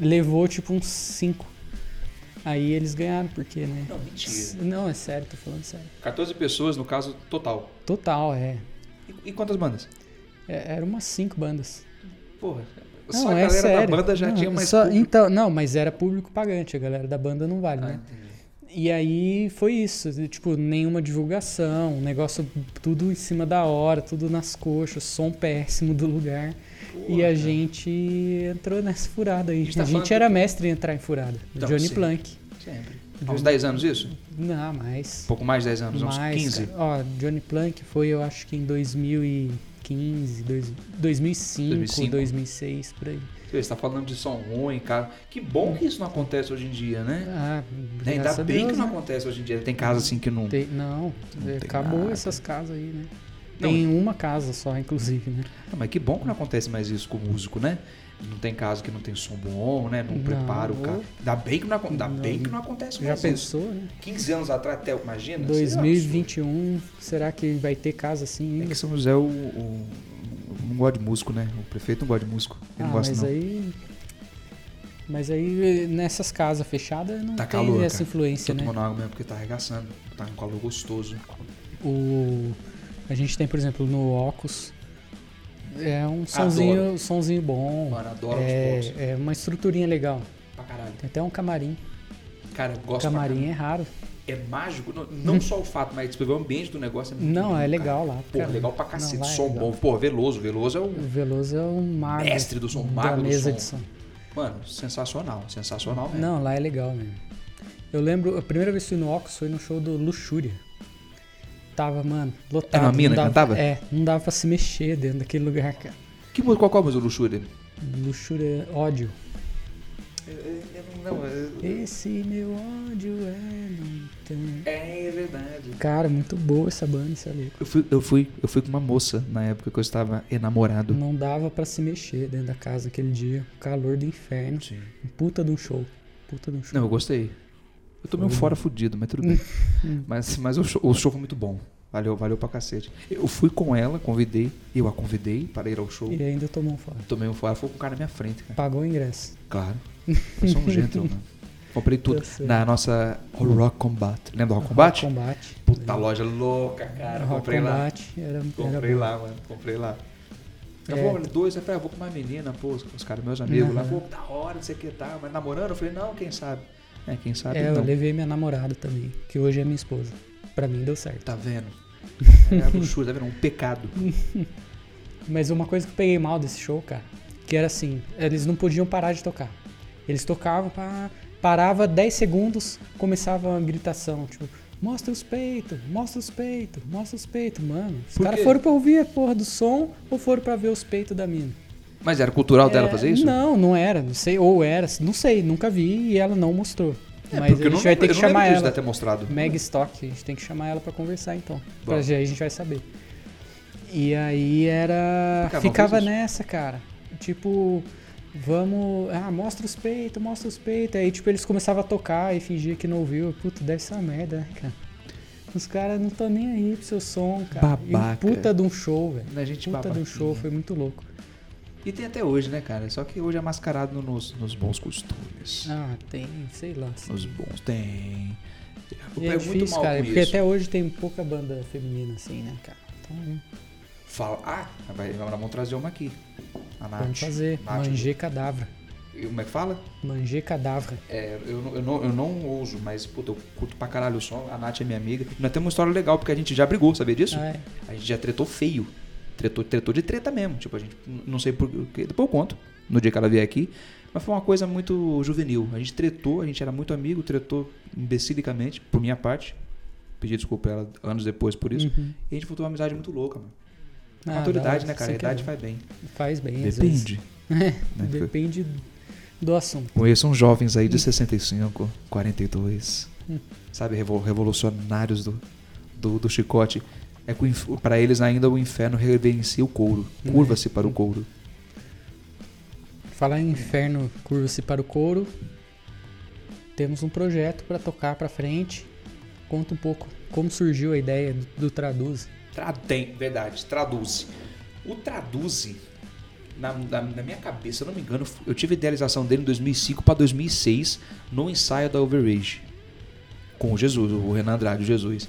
Speaker 1: levou tipo uns 5. Aí eles ganharam, porque, né?
Speaker 2: Não, mentira.
Speaker 1: Não, é sério, tô falando sério.
Speaker 2: 14 pessoas, no caso, total.
Speaker 1: Total, é.
Speaker 2: E, e quantas bandas?
Speaker 1: É, Era umas cinco bandas.
Speaker 2: Porra,
Speaker 1: Não,
Speaker 2: só a
Speaker 1: é
Speaker 2: galera
Speaker 1: sério.
Speaker 2: da banda já
Speaker 1: Não,
Speaker 2: tinha mais
Speaker 1: só-
Speaker 2: público.
Speaker 1: Então, não, mas era público pagante, a galera da banda não vale,
Speaker 2: Ah,
Speaker 1: né?
Speaker 2: entendi.
Speaker 1: E aí foi isso, e, tipo, nenhuma divulgação, um negócio tudo em cima da hora, tudo nas coxas, som péssimo do lugar. e a
Speaker 2: Porra.
Speaker 1: gente entrou nessa furada aí. A
Speaker 2: A
Speaker 1: gente,
Speaker 2: gente tá falando
Speaker 1: era
Speaker 2: do-
Speaker 1: mestre em entrar em furada.
Speaker 2: Então,
Speaker 1: Johnny
Speaker 2: sim.
Speaker 1: Plank.
Speaker 2: Sempre. Há uns 10 anos isso?
Speaker 1: Não, mais.
Speaker 2: Um pouco mais de 10 anos,
Speaker 1: mais,
Speaker 2: uns 15.
Speaker 1: cara. Ó, Johnny Plank foi, eu acho que em 2015, dois- 2005,
Speaker 2: 2005.
Speaker 1: 2006, por aí.
Speaker 2: Você está falando de som ruim, cara. Que bom que isso não acontece hoje em dia, né?
Speaker 1: Ah,
Speaker 2: Né? Ainda
Speaker 1: graças a
Speaker 2: bem
Speaker 1: Deus,
Speaker 2: que não
Speaker 1: né?
Speaker 2: acontece hoje em dia. Tem casa assim que não.
Speaker 1: Tem- não,
Speaker 2: Não tem
Speaker 1: acabou
Speaker 2: nada.
Speaker 1: essas casas aí, né?
Speaker 2: Não,
Speaker 1: Tem uma casa só, inclusive, né?
Speaker 2: Ah, mas que bom que não acontece mais isso com o músico, né? Não tem caso que não tem som bom, né? Não,
Speaker 1: Não,
Speaker 2: prepara o cara.
Speaker 1: ou-
Speaker 2: Ainda bem que não, acon- ainda
Speaker 1: Não.
Speaker 2: bem que não acontece
Speaker 1: Já
Speaker 2: mais isso.
Speaker 1: pensou, né?
Speaker 2: 15 anos atrás, até, imagina? seria um absurdo.
Speaker 1: 2021, será que vai ter casa assim
Speaker 2: É
Speaker 1: ainda?
Speaker 2: que São José o, o- o- não gosta de músico, né? O prefeito não gosta de músico. Ele
Speaker 1: Ah,
Speaker 2: não gosta,
Speaker 1: mas
Speaker 2: não.
Speaker 1: aí. Mas aí, nessas casas fechadas, não
Speaker 2: Tá
Speaker 1: tem
Speaker 2: calor,
Speaker 1: essa
Speaker 2: cara.
Speaker 1: influência,
Speaker 2: Tô
Speaker 1: né?
Speaker 2: tomando água mesmo porque tá arregaçando. Tá um calor gostoso.
Speaker 1: O... A gente tem, por exemplo, no Ocus. É um sonzinho, sonzinho bom.
Speaker 2: Mano, adoro os pontos.
Speaker 1: É, é uma estruturinha legal.
Speaker 2: Pra caralho.
Speaker 1: Tem até um camarim.
Speaker 2: Cara, eu gosto pra
Speaker 1: camarim é raro.
Speaker 2: É mágico, não, não só o fato, mas descrever o ambiente do negócio é muito
Speaker 1: Não,
Speaker 2: lindo,
Speaker 1: é
Speaker 2: cara.
Speaker 1: legal lá.
Speaker 2: Pô,
Speaker 1: cara.
Speaker 2: legal pra
Speaker 1: Não,
Speaker 2: cacete,
Speaker 1: lá é
Speaker 2: som
Speaker 1: legal.
Speaker 2: bom. Pô, Veloso, Veloso é
Speaker 1: O
Speaker 2: um.
Speaker 1: Veloso é um mago.
Speaker 2: Mestre do som,
Speaker 1: da
Speaker 2: mago do
Speaker 1: mesa
Speaker 2: som.
Speaker 1: de som.
Speaker 2: Mano, sensacional, sensacional mesmo.
Speaker 1: Não, lá é legal mesmo. Eu lembro, a primeira vez que fui no Ox foi no show do Luxúria. Tava, mano, lotado.
Speaker 2: Era uma
Speaker 1: não
Speaker 2: mina que
Speaker 1: dava-
Speaker 2: cantava?
Speaker 1: É, não dava pra se mexer dentro daquele lugar, cara.
Speaker 2: Que, mu- qual, qual é a música do Luxúria?
Speaker 1: Luxúria, ódio.
Speaker 2: Não,
Speaker 1: Esse meu ódio é. não tem-
Speaker 2: é verdade.
Speaker 1: Cara, muito boa essa banda, isso é louco.
Speaker 2: Eu fui, eu, fui, eu fui com uma moça na época que eu estava enamorado.
Speaker 1: Não dava pra se mexer dentro da casa aquele dia. Calor do inferno.
Speaker 2: Sim.
Speaker 1: Puta de um show. Puta de um show.
Speaker 2: Não, eu gostei. Eu tomei
Speaker 1: Uhum.
Speaker 2: um fora fudido, mas tudo bem.
Speaker 1: Hum.
Speaker 2: mas mas o, show, o show foi muito bom. Valeu, valeu pra cacete. Eu fui com ela, convidei, eu a convidei para ir ao show.
Speaker 1: E ainda tomou um fora.
Speaker 2: Tomei um fora, foi com o cara na minha frente, cara.
Speaker 1: Pagou o ingresso.
Speaker 2: Claro. Eu sou um gentleman. Comprei tudo
Speaker 1: Eu sei.
Speaker 2: na nossa Rock Combat. Lembra do Rock Combat?
Speaker 1: Combate.
Speaker 2: Puta loja louca, cara.
Speaker 1: Rock
Speaker 2: comprei lá.
Speaker 1: Combate era, era
Speaker 2: Comprei
Speaker 1: bom.
Speaker 2: lá, mano. Comprei lá. Eu
Speaker 1: É.
Speaker 2: vou, olha, dois, eu falei, ah, vou com uma menina, pô, os os caras, meus amigos lá,
Speaker 1: Aham.
Speaker 2: pô, da hora, não sei o que tá, mas namorando, eu falei, não, quem sabe? É, quem sabe
Speaker 1: É,
Speaker 2: não.
Speaker 1: eu levei minha namorada também, que hoje é minha esposa. Pra mim deu certo.
Speaker 2: Tá vendo? É a luxúria, tá vendo? Um pecado.
Speaker 1: Mas uma coisa que eu peguei mal desse show, cara, que era assim, eles não podiam parar de tocar. Eles tocavam, pá, parava 10 segundos, começava uma gritação, tipo, mostra os peitos, mostra os peitos, mostra os peitos, mano. Os
Speaker 2: Por
Speaker 1: caras
Speaker 2: quê?
Speaker 1: foram pra ouvir a porra do som ou foram pra ver os peitos da mina?
Speaker 2: Mas era cultural dela
Speaker 1: É,
Speaker 2: fazer isso?
Speaker 1: Não, não era, não sei, ou era, não sei, nunca vi e ela não mostrou.
Speaker 2: É,
Speaker 1: Mas
Speaker 2: porque
Speaker 1: a
Speaker 2: eu não
Speaker 1: gente vai ter
Speaker 2: lembro-
Speaker 1: que
Speaker 2: eu não lembro
Speaker 1: chamar
Speaker 2: disso
Speaker 1: ela.
Speaker 2: de ter mostrado.
Speaker 1: Meg Stock, a gente tem que chamar ela pra conversar então. Pra
Speaker 2: Bom.
Speaker 1: aí a gente vai saber. E aí era.
Speaker 2: Ficava
Speaker 1: Ficava
Speaker 2: vocês?
Speaker 1: nessa, cara. Tipo, vamos. Ah, mostra os peitos, mostra os peitos. Aí, tipo, eles começavam a tocar e fingia que não ouviu. Puta, deve ser uma merda, né, cara? Os caras não estão nem aí pro seu som, cara. E um
Speaker 2: Babaca.
Speaker 1: puta de um show, velho.
Speaker 2: Né, A gente
Speaker 1: Puta de um
Speaker 2: babaquinha.
Speaker 1: show, foi muito louco.
Speaker 2: E tem até hoje, né, cara? Só que hoje é mascarado nos, nos bons costumes.
Speaker 1: Ah, tem, sei lá. assim.
Speaker 2: Nos bons. Tem. Eu
Speaker 1: E é
Speaker 2: pego muito
Speaker 1: difícil,
Speaker 2: mal
Speaker 1: cara,
Speaker 2: com
Speaker 1: porque
Speaker 2: isso.
Speaker 1: até hoje tem pouca banda feminina assim, né, cara? Então,
Speaker 2: Fala, ah, vai, agora vamos trazer uma aqui. A Nath.
Speaker 1: Vamos fazer.
Speaker 2: Nath,
Speaker 1: Manjê cadavra.
Speaker 2: e Como é que fala?
Speaker 1: Manjê cadavra.
Speaker 2: É, eu, não- eu, não, eu não uso, mas puta, eu curto pra caralho o som. A Nath é minha amiga. Nós temos uma história legal, porque a gente já brigou, sabia disso?
Speaker 1: Ah, é.
Speaker 2: A gente já tretou feio. Tretou, tretou de treta mesmo. Tipo, a gente n- não sei porquê. Depois eu conto, no dia que ela vier aqui. Mas foi uma coisa muito juvenil. A gente tretou, a gente era muito amigo, tretou imbecilicamente, por minha parte. Pedi desculpa pra ela anos depois por isso.
Speaker 1: Uhum.
Speaker 2: E a gente voltou uma amizade muito louca, mano.
Speaker 1: Ah, da hora,
Speaker 2: Maturidade, né, cara? A
Speaker 1: isso que é
Speaker 2: idade
Speaker 1: bom.
Speaker 2: faz bem.
Speaker 1: faz bem. às vezes.
Speaker 2: Depende.
Speaker 1: É,
Speaker 2: Né?
Speaker 1: Depende do assunto.
Speaker 2: Conheço uns jovens aí de
Speaker 1: Hum.
Speaker 2: 65, 42, sabe, revol- revolucionários do, do, do chicote. É que o inf- pra eles ainda o inferno reverencia o couro,
Speaker 1: Hum.
Speaker 2: curva-se para o couro.
Speaker 1: Falar em inferno, curva-se para o couro. Temos um projeto para tocar para frente. Conta um pouco como surgiu a ideia do, do Traduz.
Speaker 2: Tra- Tem, verdade, traduz. O Traduzi, na, na- na minha cabeça, se eu não me engano, eu tive a idealização dele em 2005 para 2006 no ensaio da Overage com o Jesus, o Renan Andrade, o Jesus.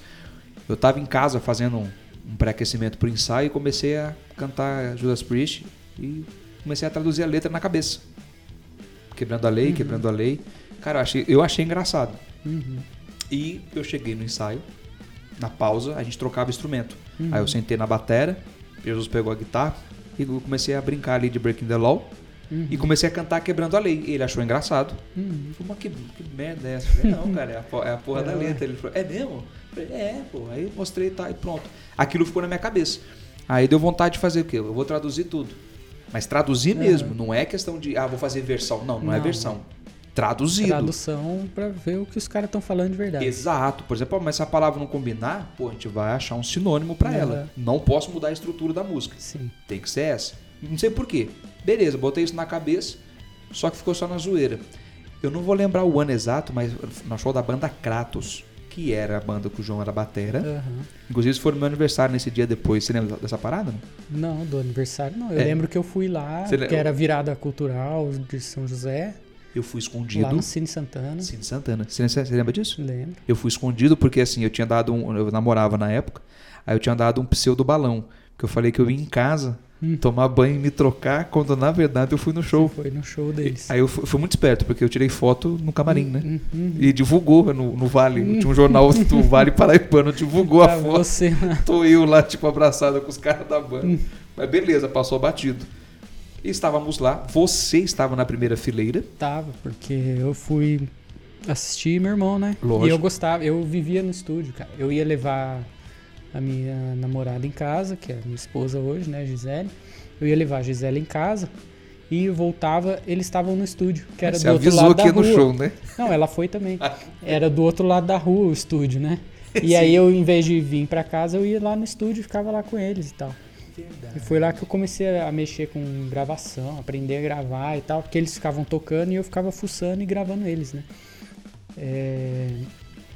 Speaker 2: Eu tava em casa fazendo um, um pré-aquecimento pro ensaio e comecei a cantar Judas Priest e comecei a traduzir a letra na cabeça. Quebrando a lei, quebrando a lei. Cara, eu achei, eu achei engraçado.
Speaker 1: Uhum.
Speaker 2: E eu cheguei no ensaio, na pausa, a gente trocava instrumento.
Speaker 1: Uhum.
Speaker 2: Aí eu sentei na bateria, Jesus pegou a guitarra e eu comecei a brincar ali de Breaking the Law.
Speaker 1: Uhum.
Speaker 2: E comecei a cantar Quebrando a Lei. E ele achou engraçado.
Speaker 1: Uhum.
Speaker 2: Ele falou, mas que, que merda é essa? Eu falei, não, cara, é a, po- é a porra da
Speaker 1: É.
Speaker 2: letra. Ele falou, é mesmo? Eu falei, é, pô. Aí eu mostrei tá, e pronto. Aquilo ficou na minha cabeça. Aí deu vontade de fazer o quê? Eu vou traduzir tudo. Mas traduzir mesmo, não é questão de, ah, vou fazer versão. Não, não, é
Speaker 1: Não.
Speaker 2: versão. Traduzido.
Speaker 1: Tradução pra ver o que os caras estão falando de verdade.
Speaker 2: Exato. Por exemplo, "Pô, mas se a palavra não combinar, pô, a gente vai achar um sinônimo pra
Speaker 1: Uhum.
Speaker 2: ela. Não posso mudar a estrutura da música.
Speaker 1: Sim.
Speaker 2: Tem que ser essa. Não sei por quê. Beleza, botei isso na cabeça, só que ficou só na zoeira. Eu não vou lembrar o ano exato, mas no show da banda Kratos, que era a banda que o João era batera.
Speaker 1: Aham.
Speaker 2: Inclusive, foi no meu aniversário nesse dia depois. Você lembra dessa parada? não?
Speaker 1: Não, do aniversário não. Eu
Speaker 2: É.
Speaker 1: lembro que eu fui lá,
Speaker 2: Você le-
Speaker 1: que era virada cultural de São José,
Speaker 2: Eu fui
Speaker 1: lá
Speaker 2: escondido.
Speaker 1: no Cine Santana.
Speaker 2: Cine Santana. Você você lembra disso?
Speaker 1: Lembro.
Speaker 2: Eu fui escondido porque assim, eu tinha dado um. Eu namorava na época, aí eu tinha dado um pseudo balão. Que eu falei que eu ia em casa
Speaker 1: Hum.
Speaker 2: tomar banho e me trocar, quando na verdade eu fui no show.
Speaker 1: Foi no show deles.
Speaker 2: Aí eu fui, fui muito esperto, porque eu tirei foto no camarim, né?
Speaker 1: Uhum.
Speaker 2: E divulgou no, no Vale.
Speaker 1: Hum.
Speaker 2: Tinha um jornal do Vale Paraibano, divulgou
Speaker 1: Pra
Speaker 2: a foto.
Speaker 1: você né? lá.
Speaker 2: Tô eu lá, tipo, abraçado com os caras da
Speaker 1: Hum.
Speaker 2: banda. Mas beleza, passou batido. E estávamos lá, você estava na primeira fileira.
Speaker 1: Tava, porque eu fui assistir meu irmão, né?
Speaker 2: Lógico.
Speaker 1: E eu gostava, eu vivia no estúdio, cara. Eu ia levar a minha namorada em casa, que é minha esposa hoje, né, Gisele. Eu ia levar a Gisele em casa e voltava, eles estavam no estúdio, que era
Speaker 2: Você
Speaker 1: do outro
Speaker 2: avisou
Speaker 1: lado
Speaker 2: que
Speaker 1: da
Speaker 2: ia no
Speaker 1: rua.
Speaker 2: show, né?
Speaker 1: Não, ela foi também. Era do outro lado da rua o estúdio, né? E aí eu, em vez de vir pra casa, eu ia lá no estúdio e ficava lá com eles e tal. E foi lá que eu comecei a mexer com gravação, aprender a gravar e tal, porque eles ficavam tocando e eu ficava fuçando e gravando eles, né? É,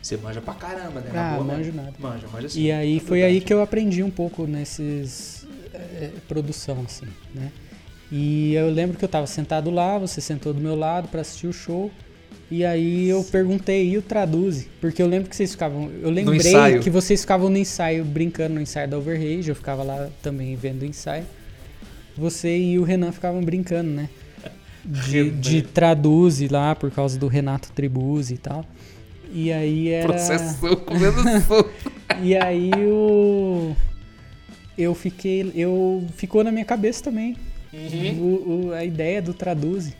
Speaker 2: Você manja pra caramba, né?
Speaker 1: Ah,
Speaker 2: Na boa, né?
Speaker 1: manjo nada.
Speaker 2: Manja, manja sim.
Speaker 1: E aí
Speaker 2: na
Speaker 1: foi
Speaker 2: É verdade.
Speaker 1: aí que eu aprendi um pouco nesses eh, produção assim, né? E eu lembro que eu tava sentado lá, você sentou do meu lado pra assistir o show. E aí eu perguntei e o traduze, porque eu lembro que vocês ficavam, eu lembrei
Speaker 2: ensaio.
Speaker 1: que vocês ficavam no ensaio brincando no ensaio da Overrage, eu ficava lá também vendo o ensaio. Você e o Renan ficavam brincando, né? De,
Speaker 2: Renan.
Speaker 1: de traduze lá por causa do Renato Tribuzzi e tal. E aí era
Speaker 2: Processou, comendo fogo.
Speaker 1: e aí o. Eu fiquei. Eu. Ficou na minha cabeça também. o- o- a ideia do Traduze.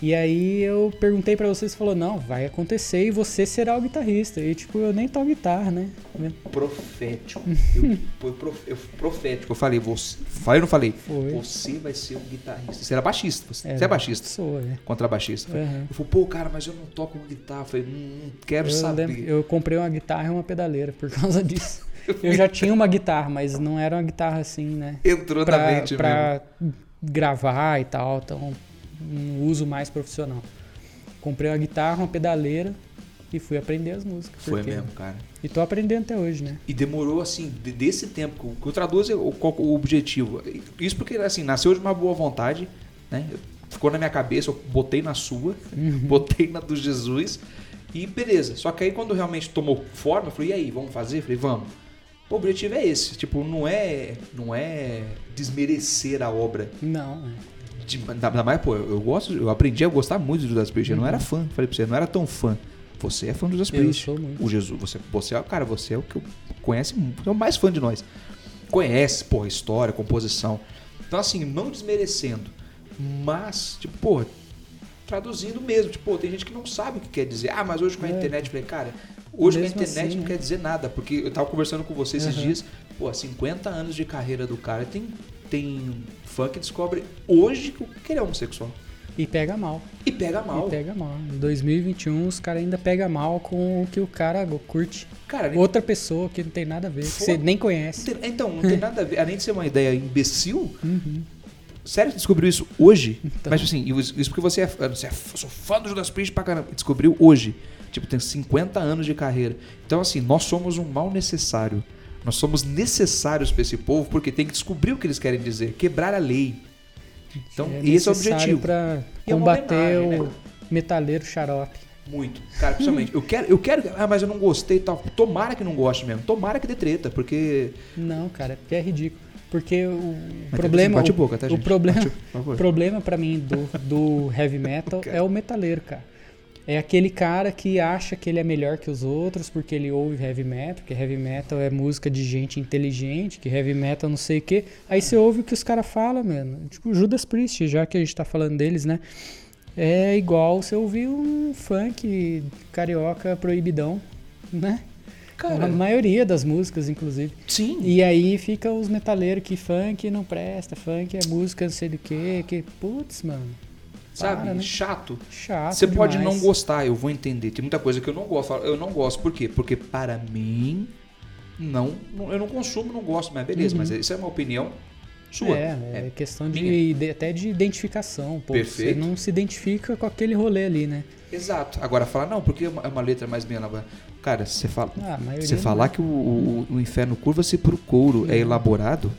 Speaker 1: E aí eu perguntei pra vocês, falou, não, vai acontecer e você será o guitarrista. E tipo, eu nem toco guitarra, né?
Speaker 2: Profético. Eu, foi prof- eu- profético. Eu falei, você. Falei ou não falei?
Speaker 1: Foi.
Speaker 2: Você vai ser um guitarrista. Você era baixista. Você
Speaker 1: Era.
Speaker 2: você é baixista.
Speaker 1: Sou, é.
Speaker 2: Contrabaixista.
Speaker 1: Aham.
Speaker 2: Eu falei, pô, cara, mas eu não toco guitarra. Eu falei, "Hum, não quero
Speaker 1: Eu,
Speaker 2: saber.
Speaker 1: lembro- eu comprei uma guitarra e uma pedaleira por causa disso. Eu já tinha uma guitarra, mas não era uma guitarra assim, né?
Speaker 2: Entrou na
Speaker 1: pra,
Speaker 2: mente mesmo.
Speaker 1: pra gravar e tal, então um uso mais profissional. Comprei uma guitarra, uma pedaleira e fui aprender as músicas.
Speaker 2: Foi
Speaker 1: porque-
Speaker 2: mesmo, cara.
Speaker 1: E tô aprendendo até hoje, né?
Speaker 2: E demorou, assim, de- desse tempo, que o- que eu traduzo o, qual- o objetivo. Isso porque, assim, nasceu de uma boa vontade, né? Ficou na minha cabeça, eu botei na sua, botei na do Jesus, e beleza. Só que aí, quando realmente tomou forma, eu falei, e aí, vamos fazer? Eu falei, vamos. O objetivo é esse, tipo, não é, não é desmerecer a obra.
Speaker 1: Não, é.
Speaker 2: De, ainda ainda mais, pô, eu, eu gosto, eu aprendi a gostar muito de Judas Priest, eu não era fã. Falei pra você, eu não era tão fã. Você é fã de Judas
Speaker 1: eu
Speaker 2: Priest.
Speaker 1: sou muito.
Speaker 2: O Jesus, você, você é o cara, você é o que eu conhece, é o mais fã de nós. Conhece, porra, história, composição. Então, assim, não desmerecendo, mas, tipo, porra, traduzindo mesmo. Tipo, pô, tem gente que não sabe o que quer dizer. Ah, mas hoje com a
Speaker 1: É.
Speaker 2: internet, eu falei, cara, hoje
Speaker 1: Mesmo
Speaker 2: com a internet
Speaker 1: assim,
Speaker 2: não
Speaker 1: né?
Speaker 2: quer dizer nada, porque eu tava conversando com você esses
Speaker 1: Aham.
Speaker 2: dias, pô, 50 anos de carreira do cara, tem, tem fã que descobre hoje que o que ele é homossexual.
Speaker 1: E pega mal.
Speaker 2: E pega mal.
Speaker 1: E pega mal. Em 2021 os caras ainda pegam mal com o que o cara curte.
Speaker 2: Cara, nem
Speaker 1: Outra pessoa que não tem nada a ver, que você
Speaker 2: Foda-
Speaker 1: nem
Speaker 2: Não
Speaker 1: conhece.
Speaker 2: tem- Então, não tem nada a ver. Além de ser uma ideia imbecil,
Speaker 1: É. Uhum.
Speaker 2: sério, você descobriu isso hoje?
Speaker 1: Então.
Speaker 2: Mas assim, isso isso porque você é, fã- você é fã- sou fã do Judas Priest pra caramba. Descobriu hoje. Tipo, tem 50 anos de carreira. Então, assim, nós somos um mal necessário. Nós somos necessários para esse povo porque tem que descobrir o que eles querem dizer, quebrar a lei. Então, esse é o objetivo.
Speaker 1: para
Speaker 2: E é uma
Speaker 1: combater
Speaker 2: homenagem,
Speaker 1: o
Speaker 2: né?
Speaker 1: metaleiro xarope.
Speaker 2: Muito. Cara, principalmente. eu quero, eu quero. Ah, mas eu não gostei e tal. Tomara que não goste mesmo. Tomara que dê treta, porque.
Speaker 1: Não, cara, porque é ridículo. Porque o
Speaker 2: Mas
Speaker 1: problema.
Speaker 2: Bate
Speaker 1: o,
Speaker 2: boca, tá,
Speaker 1: o
Speaker 2: gente?
Speaker 1: problema,
Speaker 2: Bate- por favor.
Speaker 1: o problema para mim do, do heavy metal é o metaleiro, cara. É aquele cara que acha que ele é melhor que os outros porque ele ouve heavy metal, que heavy metal é música de gente inteligente, que heavy metal não sei o quê. Aí você ouve o que os caras falam, mano. Tipo, Judas Priest, já que a gente tá falando deles, né? É igual você ouvir um funk carioca proibidão, né?
Speaker 2: Cara,
Speaker 1: a maioria das músicas, inclusive.
Speaker 2: sim.
Speaker 1: E aí fica os metaleiros que funk não presta, funk é música não sei do que, que putz, mano,
Speaker 2: sabe?
Speaker 1: para, né?
Speaker 2: Chato.
Speaker 1: chato
Speaker 2: Você pode
Speaker 1: demais.
Speaker 2: não gostar, eu vou entender. Tem muita coisa que eu não gosto. Eu não gosto, por quê? Porque para mim, não, não- eu não consumo, não gosto, mas beleza, mas isso é uma opinião sua.
Speaker 1: Uhum. É, é,
Speaker 2: É.
Speaker 1: questão
Speaker 2: minha.
Speaker 1: de, de- até de identificação, pô.
Speaker 2: Perfeito.
Speaker 1: Você não se identifica com aquele rolê ali, né?
Speaker 2: É, Exato. Agora, falar, não, porque é uma, é uma letra mais bem elaborada. Cara, você fala.
Speaker 1: Ah, a maioria
Speaker 2: Você
Speaker 1: não.
Speaker 2: falar que o, o- o inferno curva-se pro couro é elaborado?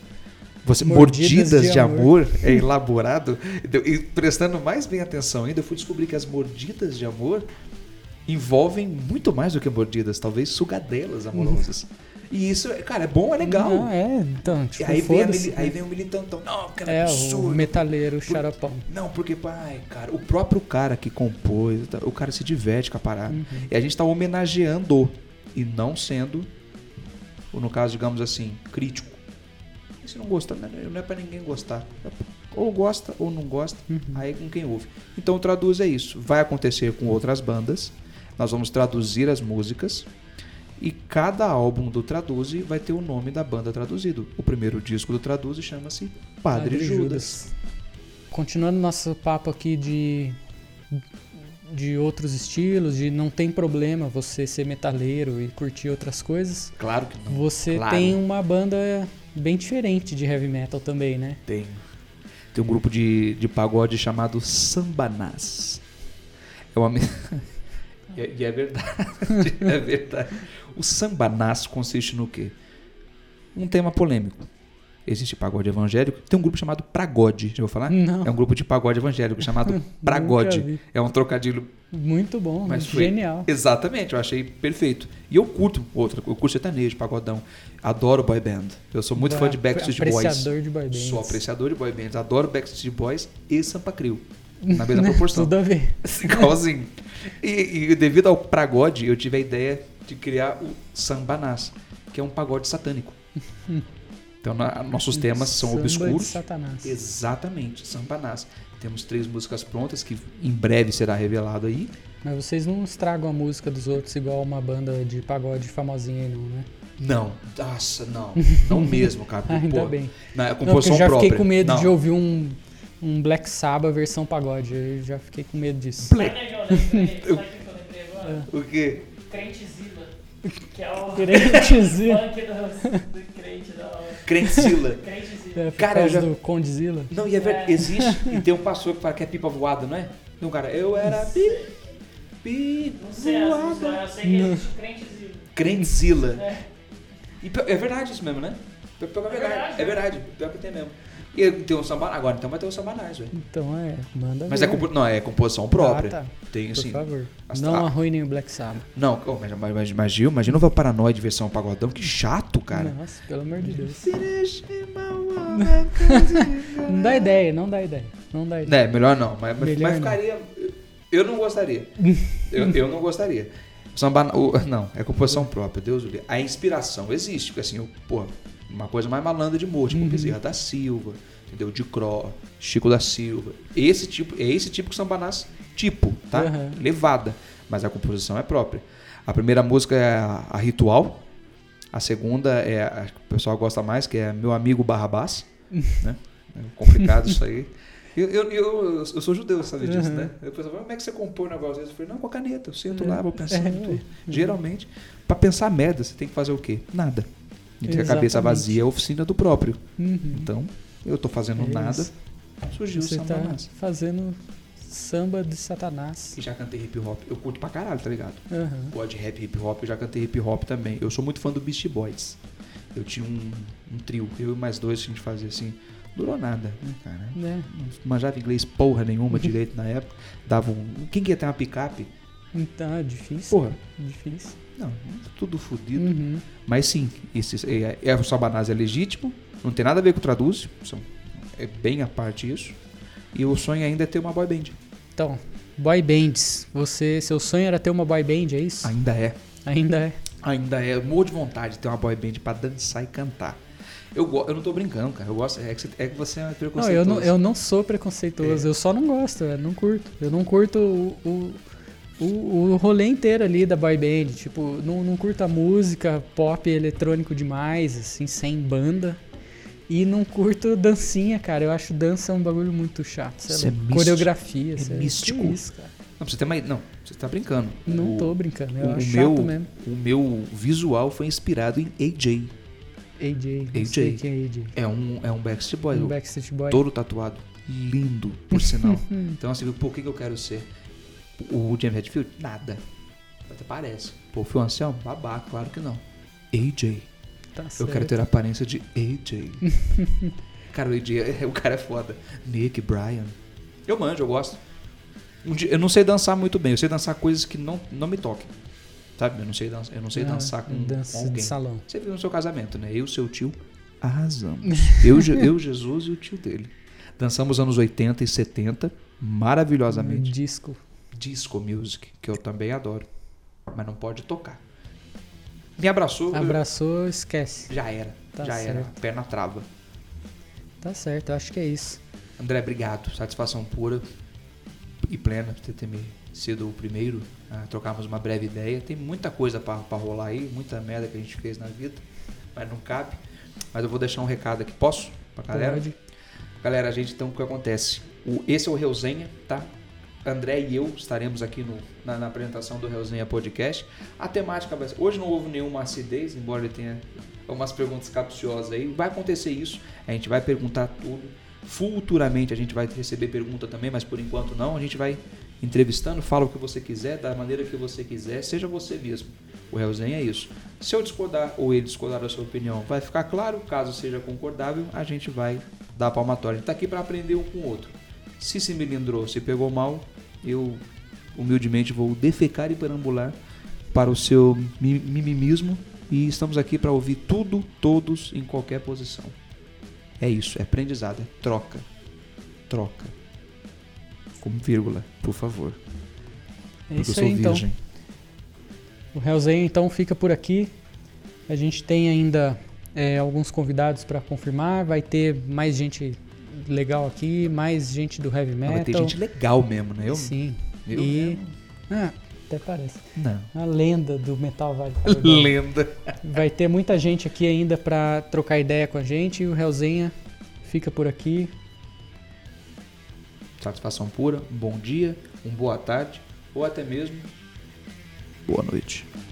Speaker 2: Você, mordidas,
Speaker 1: Mordidas
Speaker 2: de,
Speaker 1: de
Speaker 2: amor. é elaborado? Então, E prestando mais bem atenção ainda, eu fui descobrir que as mordidas de amor envolvem muito mais do que mordidas, talvez sugadelas amorosas. E isso, cara, é bom, é legal.
Speaker 1: Uhum. Não, é, então,
Speaker 2: E
Speaker 1: tipo,
Speaker 2: aí, vem a
Speaker 1: foda-se.
Speaker 2: mili- aí vem o militantão. Não, cara, é
Speaker 1: É, o
Speaker 2: absurdo.
Speaker 1: metaleiro xaropão.
Speaker 2: Não, porque, ai, cara, o próprio cara que compôs, tá, o cara se diverte com a parada. E a gente tá homenageando e não sendo, ou no caso, digamos assim, crítico. E se não gosta, né, não é pra ninguém gostar. Ou gosta ou não gosta, aí é com quem ouve. Então traduz é isso. Vai acontecer com outras bandas. Nós vamos traduzir as músicas. E cada álbum do Traduze vai ter o nome da banda traduzido. O primeiro disco do Traduze chama-se Padre, Judas.
Speaker 1: Continuando nosso papo aqui de de outros estilos, de não tem problema você ser metaleiro e curtir outras coisas.
Speaker 2: Claro que não.
Speaker 1: Você
Speaker 2: Claro.
Speaker 1: tem uma banda bem diferente de heavy metal também, né?
Speaker 2: Tem. Tem um grupo de, de pagode chamado Sambanás. É uma. me- e, é, e é verdade. É verdade. O Sambanás consiste no quê? Um tema polêmico. Existe pagode evangélico. Tem um grupo chamado Pragode. Já vou falar?
Speaker 1: Não.
Speaker 2: É um grupo de pagode evangélico chamado Pragode.
Speaker 1: vi.
Speaker 2: É um trocadilho
Speaker 1: Muito bom,
Speaker 2: Mas foi.
Speaker 1: genial.
Speaker 2: Exatamente, eu achei perfeito. E eu curto outra, eu curto sertanejo, pagodão. Adoro boy band. Eu sou muito fã de Backstreet Boys.
Speaker 1: Apreciador de boy bands.
Speaker 2: Sou apreciador de boy bands. Adoro Backstreet Boys e Sampa Crio. Na mesma proporção.
Speaker 1: Tudo assim, a ver.
Speaker 2: Igualzinho. E, e devido ao pragode, eu tive a ideia de criar o Sambanás, que é um pagode satânico. Então, na- nossos temas são
Speaker 1: Samba de
Speaker 2: obscuros.
Speaker 1: Satanás.
Speaker 2: Exatamente, Sambanás. Temos três músicas prontas que em breve será revelado aí.
Speaker 1: Mas vocês não estragam a música dos outros igual uma banda de pagode famosinha aí, não, né? Ah,
Speaker 2: Não, nossa, não. Não mesmo, cara. porque,
Speaker 1: Ainda
Speaker 2: pô,
Speaker 1: bem.
Speaker 2: Na é
Speaker 1: Não, porque
Speaker 2: composição
Speaker 1: eu já
Speaker 2: própria.
Speaker 1: fiquei com medo
Speaker 2: não.
Speaker 1: de ouvir um, um Black Sabbath versão pagode. Eu já fiquei com medo disso.
Speaker 2: Play.
Speaker 3: Sabe o que eu lembrei? Sabe o que eu lembrei agora?
Speaker 2: O quê?
Speaker 3: Crentezilla. Que é o
Speaker 1: Crentezilla.
Speaker 3: funk do, do crente da
Speaker 2: Crenzila.
Speaker 3: Crentezilla.
Speaker 1: É, por
Speaker 2: Cara,
Speaker 1: causa
Speaker 2: eu já-
Speaker 1: do Condzilla.
Speaker 2: Não, e é verdade. Existe. E tem um pastor que fala que é pipa voada, não é? Não, cara, eu era pi, pi
Speaker 3: Não sei é. as músicas,
Speaker 2: voada.
Speaker 3: mas eu sei que existe o Crentezilla.
Speaker 2: Crenzila.
Speaker 3: É.
Speaker 2: E pe- é verdade isso mesmo, né? Pior que É verdade,
Speaker 3: verdade.
Speaker 2: é verdade. Pior que tem mesmo. E tem um samba. Agora então vai ter um sambanás, velho.
Speaker 1: Então é, manda
Speaker 2: Mas
Speaker 1: ver.
Speaker 2: é, compo... não, é composição própria.
Speaker 1: Ah, tá.
Speaker 2: Tem
Speaker 1: Por
Speaker 2: assim.
Speaker 1: favor.
Speaker 2: as-
Speaker 1: Não
Speaker 2: a-
Speaker 1: arruinem o Black Sabbath.
Speaker 2: Não, oh, mas, mas, mas, mas Gil, imagina o paranoia de versão pagodão, que chato, cara.
Speaker 1: Nossa, pelo amor de Deus. Não
Speaker 2: Não
Speaker 1: dá ideia, não dá ideia. Não dá ideia.
Speaker 2: É, melhor não, mas, mas-
Speaker 1: Melhor
Speaker 2: mas
Speaker 1: não.
Speaker 2: ficaria. Eu não gostaria. eu, eu não gostaria. Samba, o- não, é composição própria, Deus o livre. A inspiração existe, porque assim, eu, porra, uma coisa mais malandra de morte,
Speaker 1: Uhum.
Speaker 2: tipo Bezerra da Silva, entendeu? De Cro, Chico da Silva. Esse tipo, é esse tipo que sambanás tipo, tá?
Speaker 1: Aham.
Speaker 2: Levada, mas a composição é própria. A primeira música é a, a Ritual, a segunda é a que o pessoal gosta mais, que é Meu Amigo Barrabás, né? É complicado isso aí. Eu, eu, eu, eu sou judeu, sabe
Speaker 1: Uhum.
Speaker 2: disso, né? Eu pensava, como é que você compõe um negócio? desse?" Eu falei, não, com a caneta, eu
Speaker 1: É.
Speaker 2: sento lá, vou pensando em tudo. Geralmente, pra pensar merda, você tem que fazer o quê? Nada. E ter a cabeça
Speaker 1: Exatamente.
Speaker 2: vazia é a oficina do próprio.
Speaker 1: Uhum.
Speaker 2: Então, eu tô fazendo
Speaker 1: É
Speaker 2: nada,
Speaker 1: isso.
Speaker 2: surgiu o
Speaker 1: Você tá
Speaker 2: Sambanás.
Speaker 1: fazendo samba de Satanás.
Speaker 2: E já cantei hip hop, eu curto pra caralho, tá ligado?
Speaker 1: Aham.
Speaker 2: Gosto de rap, hip hop, eu já cantei hip hop também. Eu sou muito fã do Beastie Boys. Eu tinha um, um trio, eu e mais dois a gente fazia assim. Durou nada, né, cara?
Speaker 1: Né?
Speaker 2: Não manjava inglês porra nenhuma
Speaker 1: Uhum.
Speaker 2: direito na época. Dava um. Quem que ia ter uma picape?
Speaker 1: Então, é difícil.
Speaker 2: Porra,
Speaker 1: Difícil.
Speaker 2: não, tudo fodido.
Speaker 1: Uhum.
Speaker 2: Mas sim, esse, é, é, o Sabanás é legítimo, não tem nada a ver com o Traduz, são, é bem à parte isso. E o sonho ainda é ter uma boy band.
Speaker 1: Então, boy bands. Você, seu sonho era ter uma boy band, é isso?
Speaker 2: Ainda é.
Speaker 1: Ainda é.
Speaker 2: Ainda é. Eu morro de vontade de ter uma boy band pra dançar e cantar. Eu, go- eu não tô brincando, cara. Eu gosto. É que você é, que você é
Speaker 1: Não, eu
Speaker 2: preconceituoso. É.
Speaker 1: não, eu não sou preconceituoso, eu só não gosto, eu não curto. Eu não curto o, o, o, o rolê inteiro ali da boy band. Tipo, não, não curto a música pop eletrônico demais, assim, sem banda. E não curto dancinha, cara. Eu acho dança um bagulho muito chato. Sei
Speaker 2: Isso
Speaker 1: lá.
Speaker 2: é místico.
Speaker 1: Coreografia,
Speaker 2: É
Speaker 1: sei lá.
Speaker 2: místico.
Speaker 1: Que isso, cara.
Speaker 2: Não, pra você tem uma. Não, você tá brincando.
Speaker 1: Não
Speaker 2: o,
Speaker 1: tô brincando, eu
Speaker 2: o
Speaker 1: acho
Speaker 2: meu-
Speaker 1: chato mesmo.
Speaker 2: O meu visual foi inspirado em AJ.
Speaker 1: AJ, não
Speaker 2: AJ.
Speaker 1: sei quem é AJ.
Speaker 2: É um, é um Backstreet Boy.
Speaker 1: Um
Speaker 2: o
Speaker 1: Backstreet Boy.
Speaker 2: Todo tatuado. Lindo, por sinal. então assim, pô, o que, que eu quero ser? O James Redfield? Nada. Até parece. Pô, foi um ancião? Babá, claro que não. AJ.
Speaker 1: Tá
Speaker 2: Eu
Speaker 1: certo.
Speaker 2: quero ter a aparência de AJ. cara, o AJ, é- o cara é foda. Nick, Brian. Eu manjo, eu gosto. Um dia- eu não sei dançar muito bem, eu sei dançar coisas que não, não me toquem. Sabe? Eu não sei dançar, eu não sei
Speaker 1: Ah,
Speaker 2: dançar com,
Speaker 1: dança
Speaker 2: com um alguém.
Speaker 1: de salão.
Speaker 2: Você viu no seu casamento, né? Eu, seu tio, arrasamos. eu, Je- eu, Jesus e o tio dele. Dançamos anos 80 e 70, maravilhosamente.
Speaker 1: Um Disco.
Speaker 2: Disco music, que eu também adoro. Mas não pode tocar. Me abraçou, eu-
Speaker 1: Abraçou, esquece.
Speaker 2: já era.
Speaker 1: Tá
Speaker 2: já era.
Speaker 1: certo.
Speaker 2: Perna trava.
Speaker 1: Tá certo, eu acho que é isso.
Speaker 2: André, obrigado. Satisfação pura e plena por você ter me sido o primeiro a trocarmos uma breve ideia. Tem muita coisa pra pra rolar aí, muita merda que a gente fez na vida, mas não cabe. Mas eu vou deixar um recado aqui. Posso? Pra galera?
Speaker 1: Pode. É
Speaker 2: Galera, a gente então o que acontece? O, esse é o Reusenha, tá? André e eu estaremos aqui no- na, na apresentação do Reusenha Podcast. A temática vai ser. Hoje não houve nenhuma acidez, embora ele tenha umas perguntas capciosas aí. Vai acontecer isso, a gente vai perguntar tudo. Futuramente a gente vai receber pergunta também, mas por enquanto não. A gente vai entrevistando, fala o que você quiser, da maneira que você quiser, seja você mesmo. O Reusenha é isso. Se eu discordar ou ele discordar da sua opinião, vai ficar claro. Caso seja concordável, a gente vai dar a palmatória. A gente tá aqui para aprender um com o outro. Se se melindrou, se pegou mal, eu humildemente vou defecar e perambular para o seu mi- mimimismo e estamos aqui para ouvir tudo, todos, em qualquer posição. É isso, é aprendizado, é troca. Troca. Com vírgula, por favor.
Speaker 1: É
Speaker 2: porque eu
Speaker 1: isso
Speaker 2: sou
Speaker 1: aí, então.
Speaker 2: virgem.
Speaker 1: O Hellzen, então, fica por aqui. A gente tem ainda é, alguns convidados para confirmar. Vai ter mais gente legal aqui, mais gente do heavy
Speaker 2: Não,
Speaker 1: metal.
Speaker 2: mas tem Ah, gente legal mesmo, né? Eu,
Speaker 1: É, então. Sim.
Speaker 2: eu
Speaker 1: e...
Speaker 2: mesmo?
Speaker 1: Ah, até parece.
Speaker 2: Não.
Speaker 1: A lenda do metal vai...
Speaker 2: Lenda.
Speaker 1: Vai ter muita gente aqui ainda para trocar ideia com a gente. E o Hellzenha fica por aqui.
Speaker 2: Satisfação pura, um bom dia, uma boa tarde ou até mesmo boa noite.